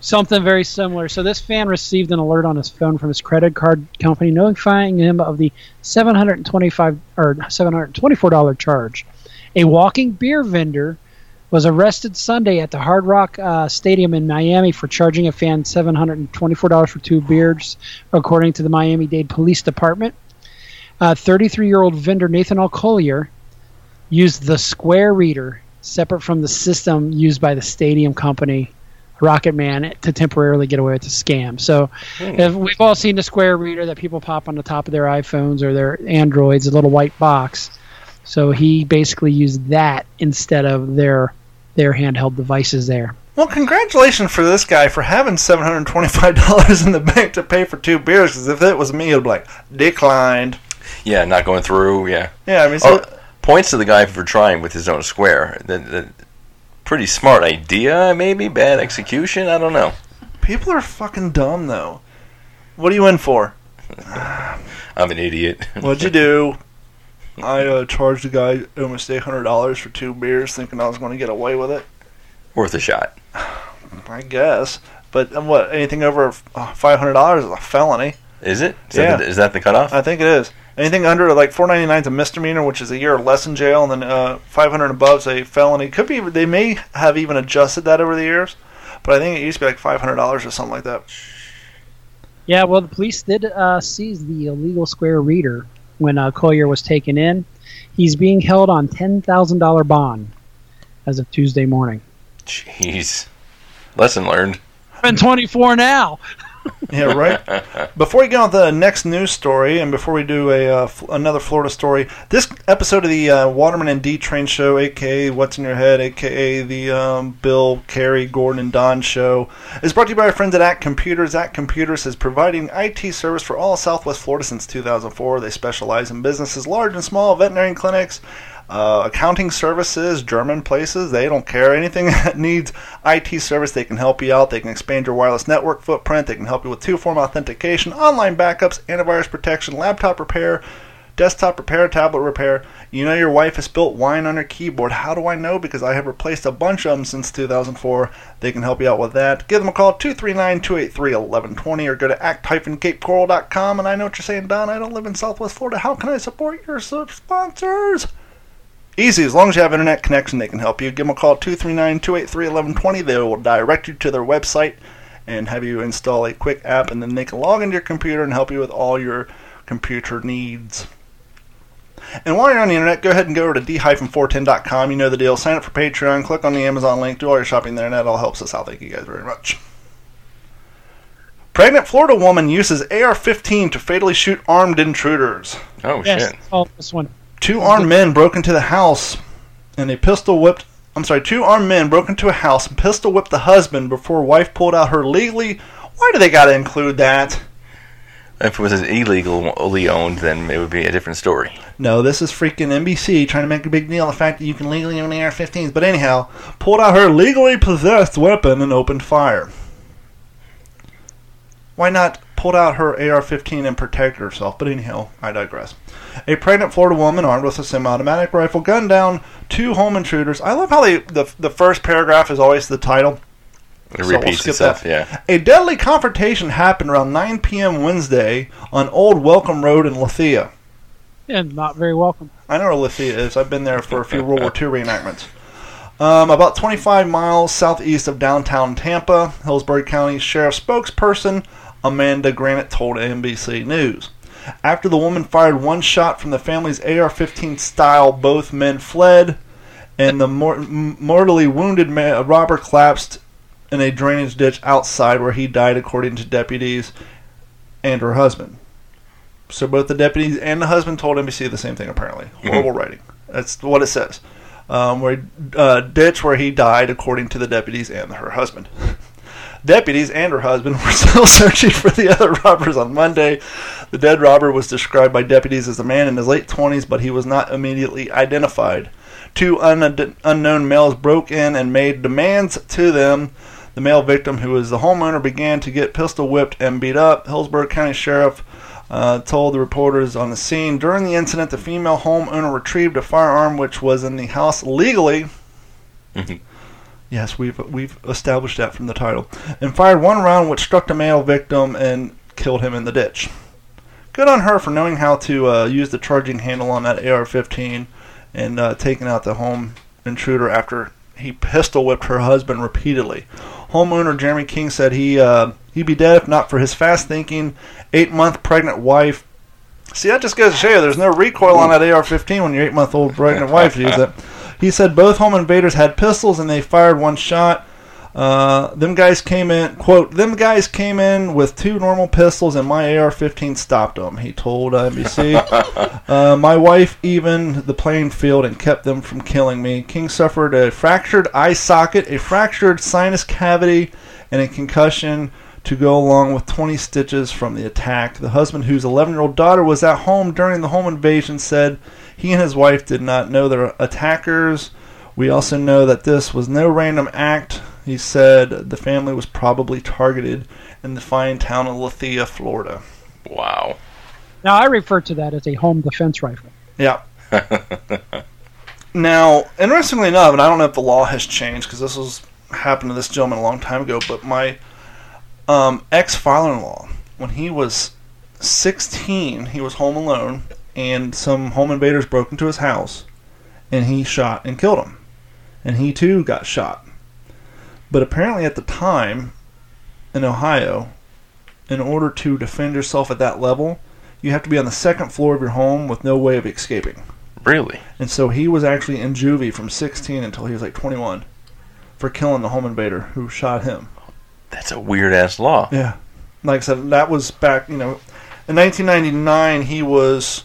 Something very similar. So this fan received an alert on his phone from his credit card company notifying him of the 725 or 724 dollar charge. A walking beer vendor was arrested Sunday at the Hard Rock uh, Stadium in Miami for charging a fan $724 for two beers, according to the Miami-Dade Police Department. Uh, 33-year-old vendor Nathan L. Collier used the square reader separate from the system used by the stadium company Rocket Man to temporarily get away with the scam. So if we've all seen the square reader that people pop on the top of their iPhones or their Androids, a little white box. So he basically used that instead of their their handheld devices there.
Well, congratulations for this guy for having seven hundred twenty-five dollars in the bank to pay for two beers. Because if it was me, it'd be like declined.
Yeah, not going through, yeah.
Yeah, I mean, so,
Oh, points to the guy for trying with his own square. That, that- pretty smart idea, maybe bad execution. I don't know.
People are fucking dumb, though. What are you in for?
I'm an idiot.
What'd you do? I uh, charged the guy almost eight hundred dollars for two beers, thinking I was going to get away with it.
Worth a shot.
I guess, but um, what? Anything over uh, five hundred dollars is a felony.
Is it? Is, that,
Yeah.
the, is that the cutoff?
I think it is. Anything under like four ninety nine is a misdemeanor, which is a year or less in jail, and then uh, five hundred above is a felony. Could be they may have even adjusted that over the years, but I think it used to be like five hundred dollars or something like that.
Yeah, well, the police did uh, seize the illegal square reader when uh, Collier was taken in. He's being held on ten thousand dollar bond as of Tuesday morning.
Jeez. Lesson learned.
I'm 24 now.
Yeah, right. before we get on to the next news story, and before we do a uh, f- another Florida story, this episode of the uh, Waterman and D Train Show, aka What's in Your Head, aka the um, Bill, Carrie, Gordon, and Don Show, is brought to you by our friends at Act Computers. Act Computers is providing IT service for all of Southwest Florida since 2004. They specialize in businesses large and small, veterinary clinics. Uh, accounting services, German places, they don't care. Anything that needs IT service, they can help you out. They can expand your wireless network footprint. They can help you with two form authentication, online backups, antivirus protection, laptop repair, desktop repair, tablet repair. You know your wife has spilt wine on her keyboard. How do I know? Because I have replaced a bunch of them since 2004. They can help you out with that. Give them a call, 239 283 1120, or go to act-capecoral.com. And I know what you're saying, Don. I don't live in Southwest Florida. How can I support your sub- sponsors? Easy, as long as you have internet connection, they can help you. Give them a call 239 283 1120. They will direct you to their website and have you install a quick app, and then they can log into your computer and help you with all your computer needs. And while you're on the internet, go ahead and go over to d-410.com. You know the deal. Sign up for Patreon, click on the Amazon link, do all your shopping there, and that all helps us out. Thank you guys very much. Pregnant Florida woman uses AR 15 to fatally shoot armed intruders.
Oh,
Yes,
shit.
oh, this one.
Two armed men broke into the house and they pistol whipped I'm sorry, two armed men broke into a house and pistol whipped the husband before wife pulled out her legally. Why do they got to include that?
If it was illegally owned, then it would be a different story.
No, this is freaking NBC trying to make a big deal of the fact that you can legally own AR-15s. But anyhow, pulled out her legally possessed weapon and opened fire. Why not pulled out her AR-15 and protected herself? But anyhow, I digress. A pregnant Florida woman armed with a semi-automatic rifle gunned down two home intruders. I love how they the the first paragraph is always the title.
It
So we'll
repeats
skip
itself.
that.
Yeah.
A deadly confrontation happened around 9 p.m. Wednesday on Old Welcome Road in Lithia.
And not very welcome.
I know where Lithia is. I've been there for a few World War II reenactments. Um, about 25 miles southeast of downtown Tampa, Hillsborough County Sheriff's spokesperson Amanda Granite told NBC News. After the woman fired one shot from the family's AR 15 style, both men fled, and the mor- m- mortally wounded man, robber collapsed in a drainage ditch outside where he died, according to deputies and her husband. So both the deputies and the husband told NBC the same thing. Apparently, horrible writing. That's what it says. Um, where uh, ditch where he died, according to the deputies and her husband. deputies and her husband were still searching for the other robbers on Monday. The dead robber was described by deputies as a man in his late twenties, but he was not immediately identified. Two un- unknown males broke in and made demands to them. The male victim, who was the homeowner, began to get pistol whipped and beat up. Hillsborough County Sheriff uh, told the reporters on the scene during the incident, the female homeowner retrieved a firearm which was in the house legally.
Mhm.
yes, we've we've established that from the title, and fired one round which struck the male victim and killed him in the ditch. Good on her for knowing how to uh, use the charging handle on that AR-15 and uh, taking out the home intruder after he pistol whipped her husband repeatedly. Homeowner Jeremy King said he uh, he'd be dead if not for his fast thinking, eight month pregnant wife. See, that just goes to show you there's no recoil on that AR-15 when your eight month old pregnant wife uses it. He said both home invaders had pistols and they fired one shot. Uh, them guys came in, quote, them guys came in with two normal pistols and my AR 15 stopped them, he told NBC. uh, my wife evened the playing field and kept them from killing me. King suffered a fractured eye socket, a fractured sinus cavity, and a concussion to go along with 20 stitches from the attack. The husband, whose 11 year old daughter was at home during the home invasion, said he and his wife did not know their attackers. We also know that this was no random act. He said the family was probably targeted in the fine town of Lithia, Florida.
Wow.
Now, I refer to that as a home defense rifle.
Yeah. now, interestingly enough, and I don't know if the law has changed because this was happened to this gentleman a long time ago, but my um, ex father-in-law, when he was 16, he was home alone, and some home invaders broke into his house, and he shot and killed him, and he too got shot. But apparently, at the time in Ohio, in order to defend yourself at that level, you have to be on the second floor of your home with no way of escaping.
Really?
And so he was actually in juvie from 16 until he was like 21 for killing the home invader who shot him.
That's a weird ass law.
Yeah. Like I said, that was back, you know, in 1999, he was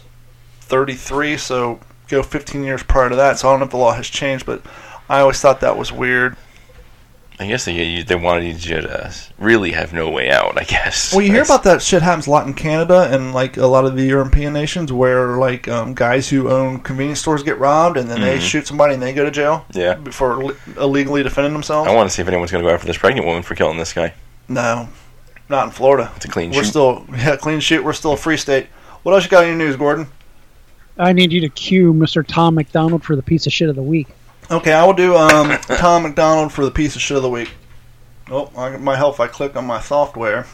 33, so go 15 years prior to that. So I don't know if the law has changed, but I always thought that was weird.
I guess they, they wanted you to uh, really have no way out. I guess.
Well, you hear
That's-
about that shit happens a lot in Canada and like a lot of the European nations where like um, guys who own convenience stores get robbed and then they
Mhm.
shoot somebody and they go to jail.
Yeah.
for Ill- illegally defending themselves?
I want to see if anyone's going to go after this pregnant woman for killing this guy.
no, not in Florida.
It's a clean
We're
shoot.
still yeah, clean shoot. We're still a free state. What else you got in your news, Gordon?
I need you to cue Mr. Tom McDonald for the piece of shit of the week.
Okay, I will do um, Tom McDonald for the piece of shit of the week. Oh, I, my health! I click on my software.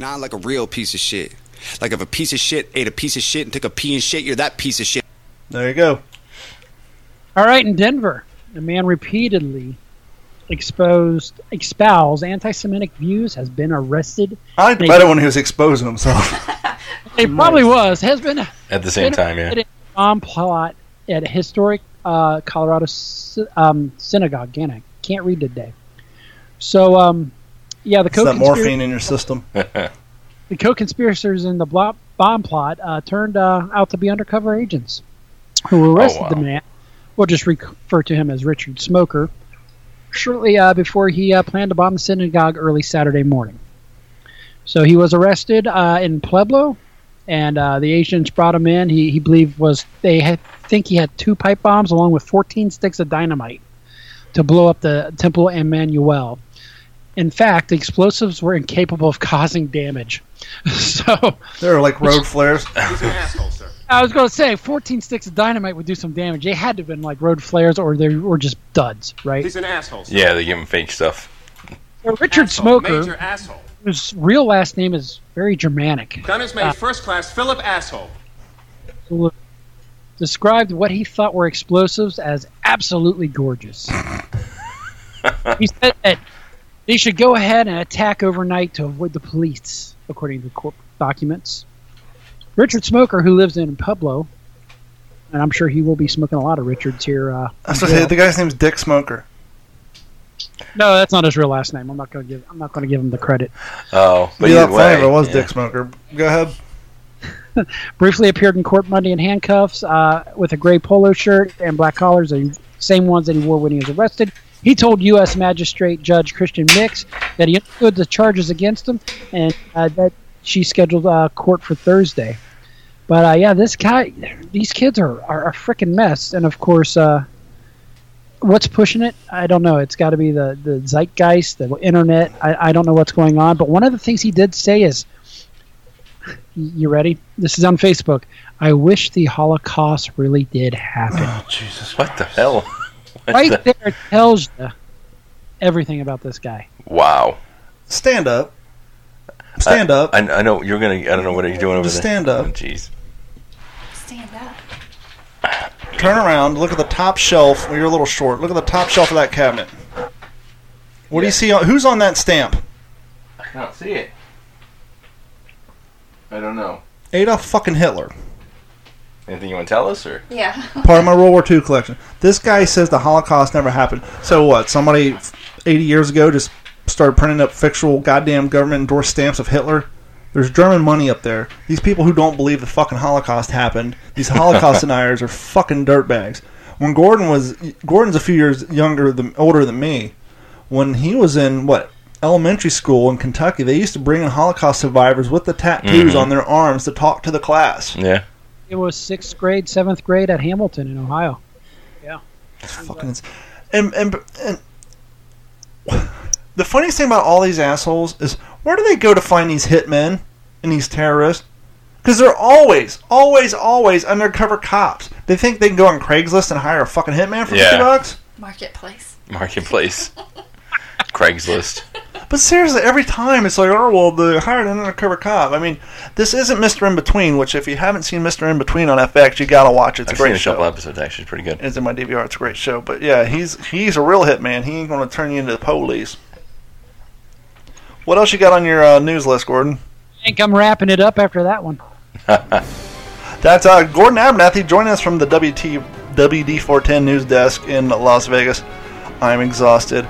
Not like a real piece of shit. Like if a piece of shit ate a piece of shit and took a pee and shit, you're that piece of shit.
There you go.
All right, in Denver, a man repeatedly exposed espoused anti-Semitic views has been arrested.
I liked
Thank
better
you.
when he was exposing himself.
It probably was has been
At the same time, yeah.
bomb plot at a historic uh, Colorado sy- um, synagogue. Again, I can't read today. So, um, yeah, the
it's that
co-conspirator
morphine in your system.
the co-conspirators in the blo- bomb plot uh, turned uh, out to be undercover agents who arrested
wow.
the man We'll just refer to him as Richard Smoker. Shortly uh, before he uh, planned to bomb the synagogue early Saturday morning. So he was arrested uh, in Pueblo, and uh, the agents brought him in. He, he believed was they had, think he had two pipe bombs along with 14 sticks of dynamite to blow up the Temple Emmanuel. In fact, the explosives were incapable of causing damage. so
They're like road flares.
I was going to say 14 sticks of dynamite would do some damage. They had to have been like road flares or they were just duds, right?
He's an asshole. sir.
Yeah, they give him fake stuff.
So Richard
Asshole,
Smoker,
Major asshole.
whose real last name is very Germanic.
Comments made
Uh,
first class Philip asshole.
described what he thought were explosives as absolutely gorgeous. he said that they should go ahead and attack overnight to avoid the police, according to court documents. Richard Smoker, who lives in Pueblo, and I'm sure he will be smoking a lot of Richards here. Uh,
That's
in
what I say,
jail.
the guy's name's Dick Smoker.
no, that's not his real last name. I'm not going to give. I'm not going to give him the credit.
Oh, but
Be
either
that funny
way,
if it was
yeah.
Dick Smoker. Go ahead.
briefly appeared in court Monday in handcuffs uh, with a gray polo shirt and black collars, the same ones that he wore when he was arrested. He told U.S. Magistrate Judge Christian Mix that he understood the charges against him and uh, that she scheduled uh, court for Thursday. But uh, yeah, this guy, these kids are, are a freaking mess. And of course, uh, what's pushing it? I don't know. It's got to be the, the zeitgeist, the internet. I, I don't know what's going on. But one of the things he did say is you ready? This is on Facebook. I wish the Holocaust really did happen.
Jesus.
What the hell? What
right
the-
there tells you everything about this guy.
Wow.
Stand up. Stand
I-
up.
I, I know you're gonna. I don't know what you're doing over
Just
there.
stand up.
Oh, Jeez.
Stand up.
Turn around. Look at the top shelf. Well, you're a little short. Look at the top shelf of that cabinet. What do you see? On, who's on that stamp?
I can't see it. I don't know.
Adolf fucking Hitler.
Anything you want to tell us, or
Yeah.
Part of my World War II collection. This guy says the Holocaust never happened. So what? Somebody 80 years ago just started printing up fictional goddamn government endorsed stamps of Hitler. There's German money up there. These people who don't believe the fucking Holocaust happened, these Holocaust deniers are fucking dirtbags. When Gordon was Gordon's a few years younger than older than me, when he was in what elementary school in Kentucky, they used to bring in Holocaust survivors with the tattoos
Mhm.
on their arms to talk to the class.
yeah,
It was sixth grade, seventh grade at Hamilton in Ohio.
It's fucking ins- and, and and the funniest thing about all these assholes is where do they go to find these hitmen and these terrorists? Because they're always, always, always undercover cops. They think they can go on Craigslist and hire a fucking hitman for
Yeah.
fifty bucks.
Marketplace.
marketplace, Craigslist.
But seriously, every time it's like, oh well, they hired an undercover cop. I mean, this isn't Mister In Between, which if you haven't seen Mister In Between on FX, you gotta watch. it. It's
I've
a great
seen a
show.
couple episodes. Actually, it's pretty good.
It's in my DVR. It's a great show. But yeah, he's he's a real hitman. He ain't gonna turn you into the police. What else you got on your uh, news list, Gordon?
I think I'm wrapping it up after that one.
That's uh, Gordon Abernathy joining us from the WT WD 410 news desk in Las Vegas. I'm exhausted.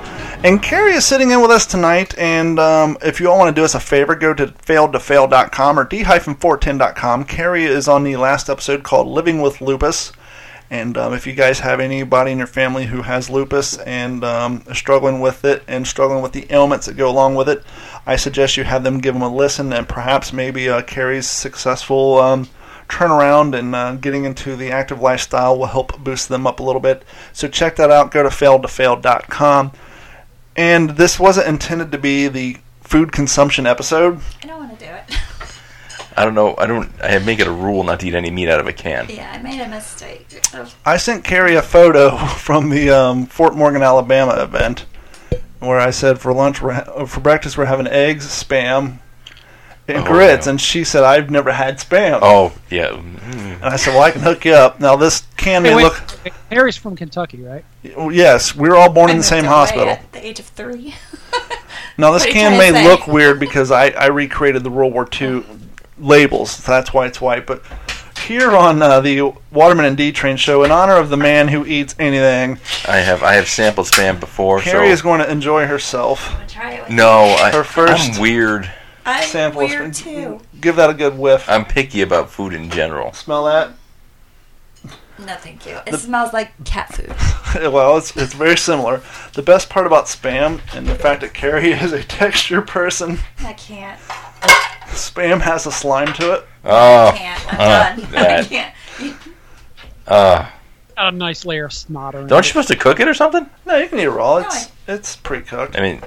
And Carrie is sitting in with us tonight. And um, if you all want to do us a favor, go to failedtofail.com or d-410.com. Carrie is on the last episode called Living with Lupus. And um, if you guys have anybody in your family who has lupus and um, is struggling with it and struggling with the ailments that go along with it, I suggest you have them give them a listen and perhaps maybe uh, Carrie's successful um, turnaround and uh, getting into the active lifestyle will help boost them up a little bit. So check that out. Go to failedtofail.com. And this wasn't intended to be the food consumption episode.
I don't want to do it.
I don't know. I don't. I make it a rule not to eat any meat out of a can.
yeah, I made a mistake. Of
I sent Carrie a photo from the um, Fort Morgan, Alabama event, where I said for lunch, we're ha- uh, for breakfast, we're having eggs, spam, and
Oh,
grits,
yeah.
and she said I've never had spam,
Oh yeah. Mm.
and I said, well, I can hook you up. Now this can
Hey,
may
wait,
look.
Harry's from Kentucky, right?
well, Yes, we were all born
I
in the
moved
same
away
hospital.
At the age of three.
Now this
What are you
can
trying
may
to say?
look weird because I, I recreated the World War II labels. so that's why it's white. But here on uh, the Waterman and D Train show, in honor of the man who eats anything,
I have. I have sampled spam before.
Carrie
so
is going to enjoy herself.
I'll try it with
no. I,
Her first-
I'm weird.
I'm
Samples.
weird too.
Give that a good whiff.
I'm picky about food in general.
Smell that?
No, thank you. It smells like cat food.
well, it's, it's very similar. The best part about spam and the fact that Carrie is a texture person,
I can't.
spam has a slime to it.
Oh,
I can't. I'm
uh,
done. I
that-
can't.
uh,
Got a nice layer of snot around.
don't you supposed to cook it or something?
No, you can eat it raw. It's it's pre-cooked.
I mean,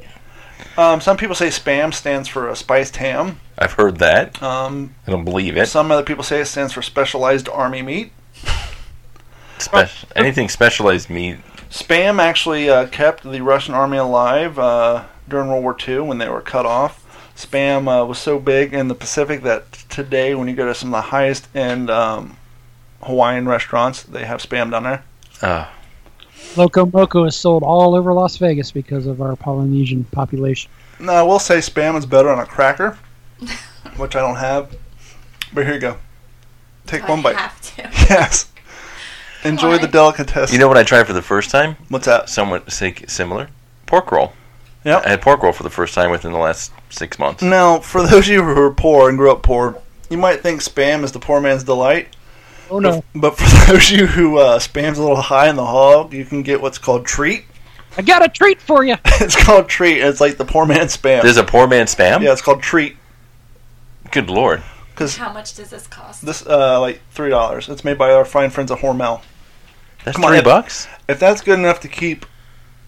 Um, some people say spam stands for a spiced ham.
I've heard that.
Um,
I don't believe it.
some other people say it stands for specialized army meat.
Spec- anything specialized meat.
Spam actually uh, kept the Russian army alive uh, during World War II when they were cut off. Spam uh, was so big in the Pacific that today, when you go to some of the highest end um, Hawaiian restaurants, they have spam down there.
Uh,
Loco Moco is sold all over Las Vegas because of our Polynesian population.
No, I will say spam is better on a cracker, which I don't have. But here you go. Take
Do I
one bite.
have to.
Yes. Enjoy the
Why?
delicatessen.
you know what I tried for the first time?
what's that?
Somewhat si- similar. Pork roll.
Yep. Mm,
I had pork roll for the first time within the last six months.
Now, for those of you who are poor and grew up poor, you might think spam is the poor man's delight.
Oh no,
But for those of you who uh, spam's a little high in the hog, you can get what's called treat.
I got a treat for you.
it's called treat. and It's like the poor man's spam.
There's a poor man spam.
yeah, it's called treat.
Good lord.
How much does this cost?
This uh, like three dollars. It's made by our fine friends at Hormel.
That's
Come on,
three
Ed.
bucks.
If that's good enough to keep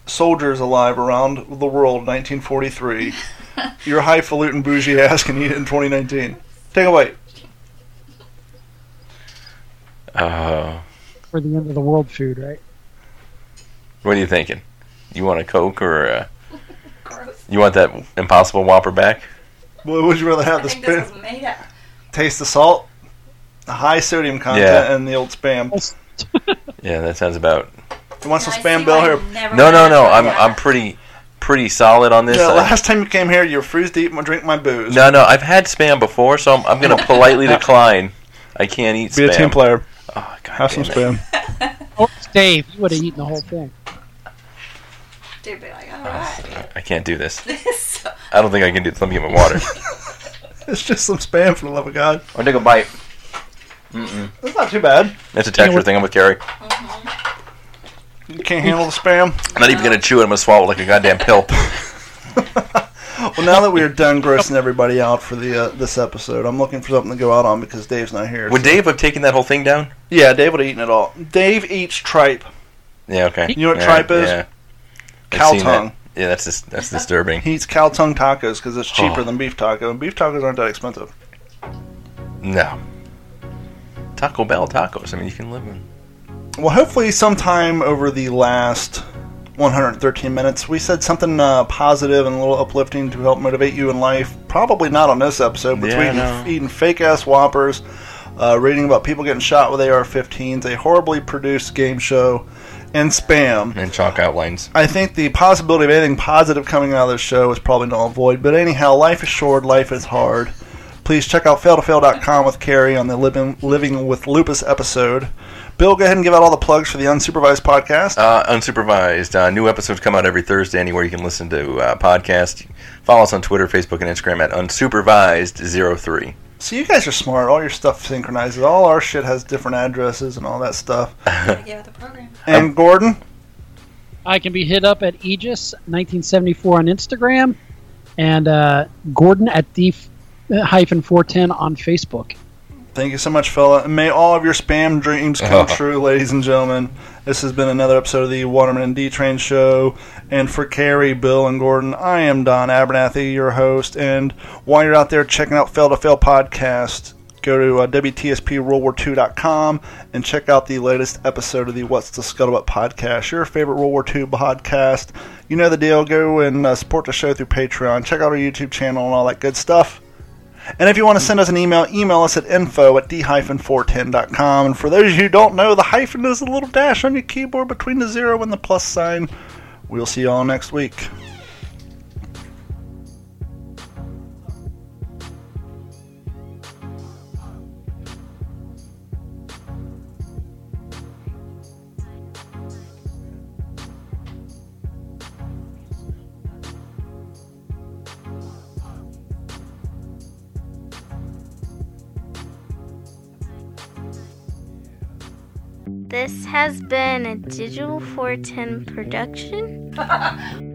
soldiers alive around the world, 1943, your highfalutin bougie ass can eat it in 2019. Take a bite.
Uh,
For the end of the world food, right?
what are you thinking? You want a Coke or a, you want that Impossible Whopper back?
What would you rather have?
I
The
think this
spam?
was made up.
Taste the salt, the high sodium content,
Yeah.
and the old spam.
Yeah, that sounds about.
You want some
Now I
spam,
see
Bill?
why Oh, I
Here,
never
No, no,
wanted
no.
to
I'm
try
I'm
that.
pretty pretty solid on this.
Yeah,
I-
last time you came here, you refused to eat my drink my booze.
no, no. I've had spam before, so I'm, I'm going to politely decline. I can't eat
Be
spam.
a team player.
Oh, God
Have some
damn it.
spam.
Oh, Dave, you would have eaten the whole thing.
Dude, be
Uh,
like, all right.
I can't do this.
So-
I don't think I can do this. Let me get my water.
It's just some spam for the love of God.
I'll take a bite.
That's not too bad.
It's a texture thing. I'm with Gary.
You can't handle the spam.
I'm not even going to chew it. I'm going to swallow it like a goddamn pill.
Well, now that we are done grossing everybody out for the uh, this episode, I'm looking for something to go out on because Dave's not here.
Would Dave have taken that whole thing down?
yeah, Dave would have eaten it all. Dave eats tripe.
Yeah, okay.
You know what
yeah,
tripe is?
Yeah. I've
Cow
seen that.
tongue.
Yeah, that's dis- that's disturbing.
He eats cow tongue tacos because it's cheaper
Oh.
than beef taco, and beef tacos aren't that expensive.
No. Taco Bell tacos. I mean, you can live in.
Well, hopefully, sometime over the last 113 minutes, we said something uh, positive and a little uplifting to help motivate you in life. Probably not on this episode, between
Yeah, no.
eating fake ass whoppers, uh, reading about people getting shot with AR 15s, a horribly produced game show, and spam.
And chalk outlines.
I think the possibility of anything positive coming out of this show is probably null and void. But anyhow, life is short, life is hard. Please check out failtofail.com with Carrie on the Living, Living with Lupus episode. Bill, go ahead and give out all the plugs for the Unsupervised podcast.
Uh, unsupervised. Uh, new episodes come out every Thursday anywhere you can listen to uh, podcast. Follow us on Twitter, Facebook, and Instagram at unsupervised03.
so you guys are smart. All your stuff synchronizes. All our shit has different addresses and all that stuff.
Gotta get with the program.
And Gordon,
I can be hit up at Aegis 1974 on Instagram, and uh, Gordon at the f- hyphen 410 on Facebook.
thank you so much, fella. And may all of your spam dreams come true, ladies and gentlemen. This has been another episode of the Waterman and D Train Show. And for Carrie, Bill, and Gordon, I am Don Abernathy, your host. And while you're out there checking out Fail to Fail podcast, go to uh, WTSPWorldWar2.com and check out the latest episode of the What's the Scuttlebutt podcast, your favorite World War II podcast. You know the deal. Go and uh, support the show through Patreon. Check out our YouTube channel and all that good stuff. And if you want to send us an email, email us at info at d-410.com. And for those of you who don't know, the hyphen is a little dash on your keyboard between the zero and the plus sign. We'll see y'all next week.
This has been a Digital 410 production.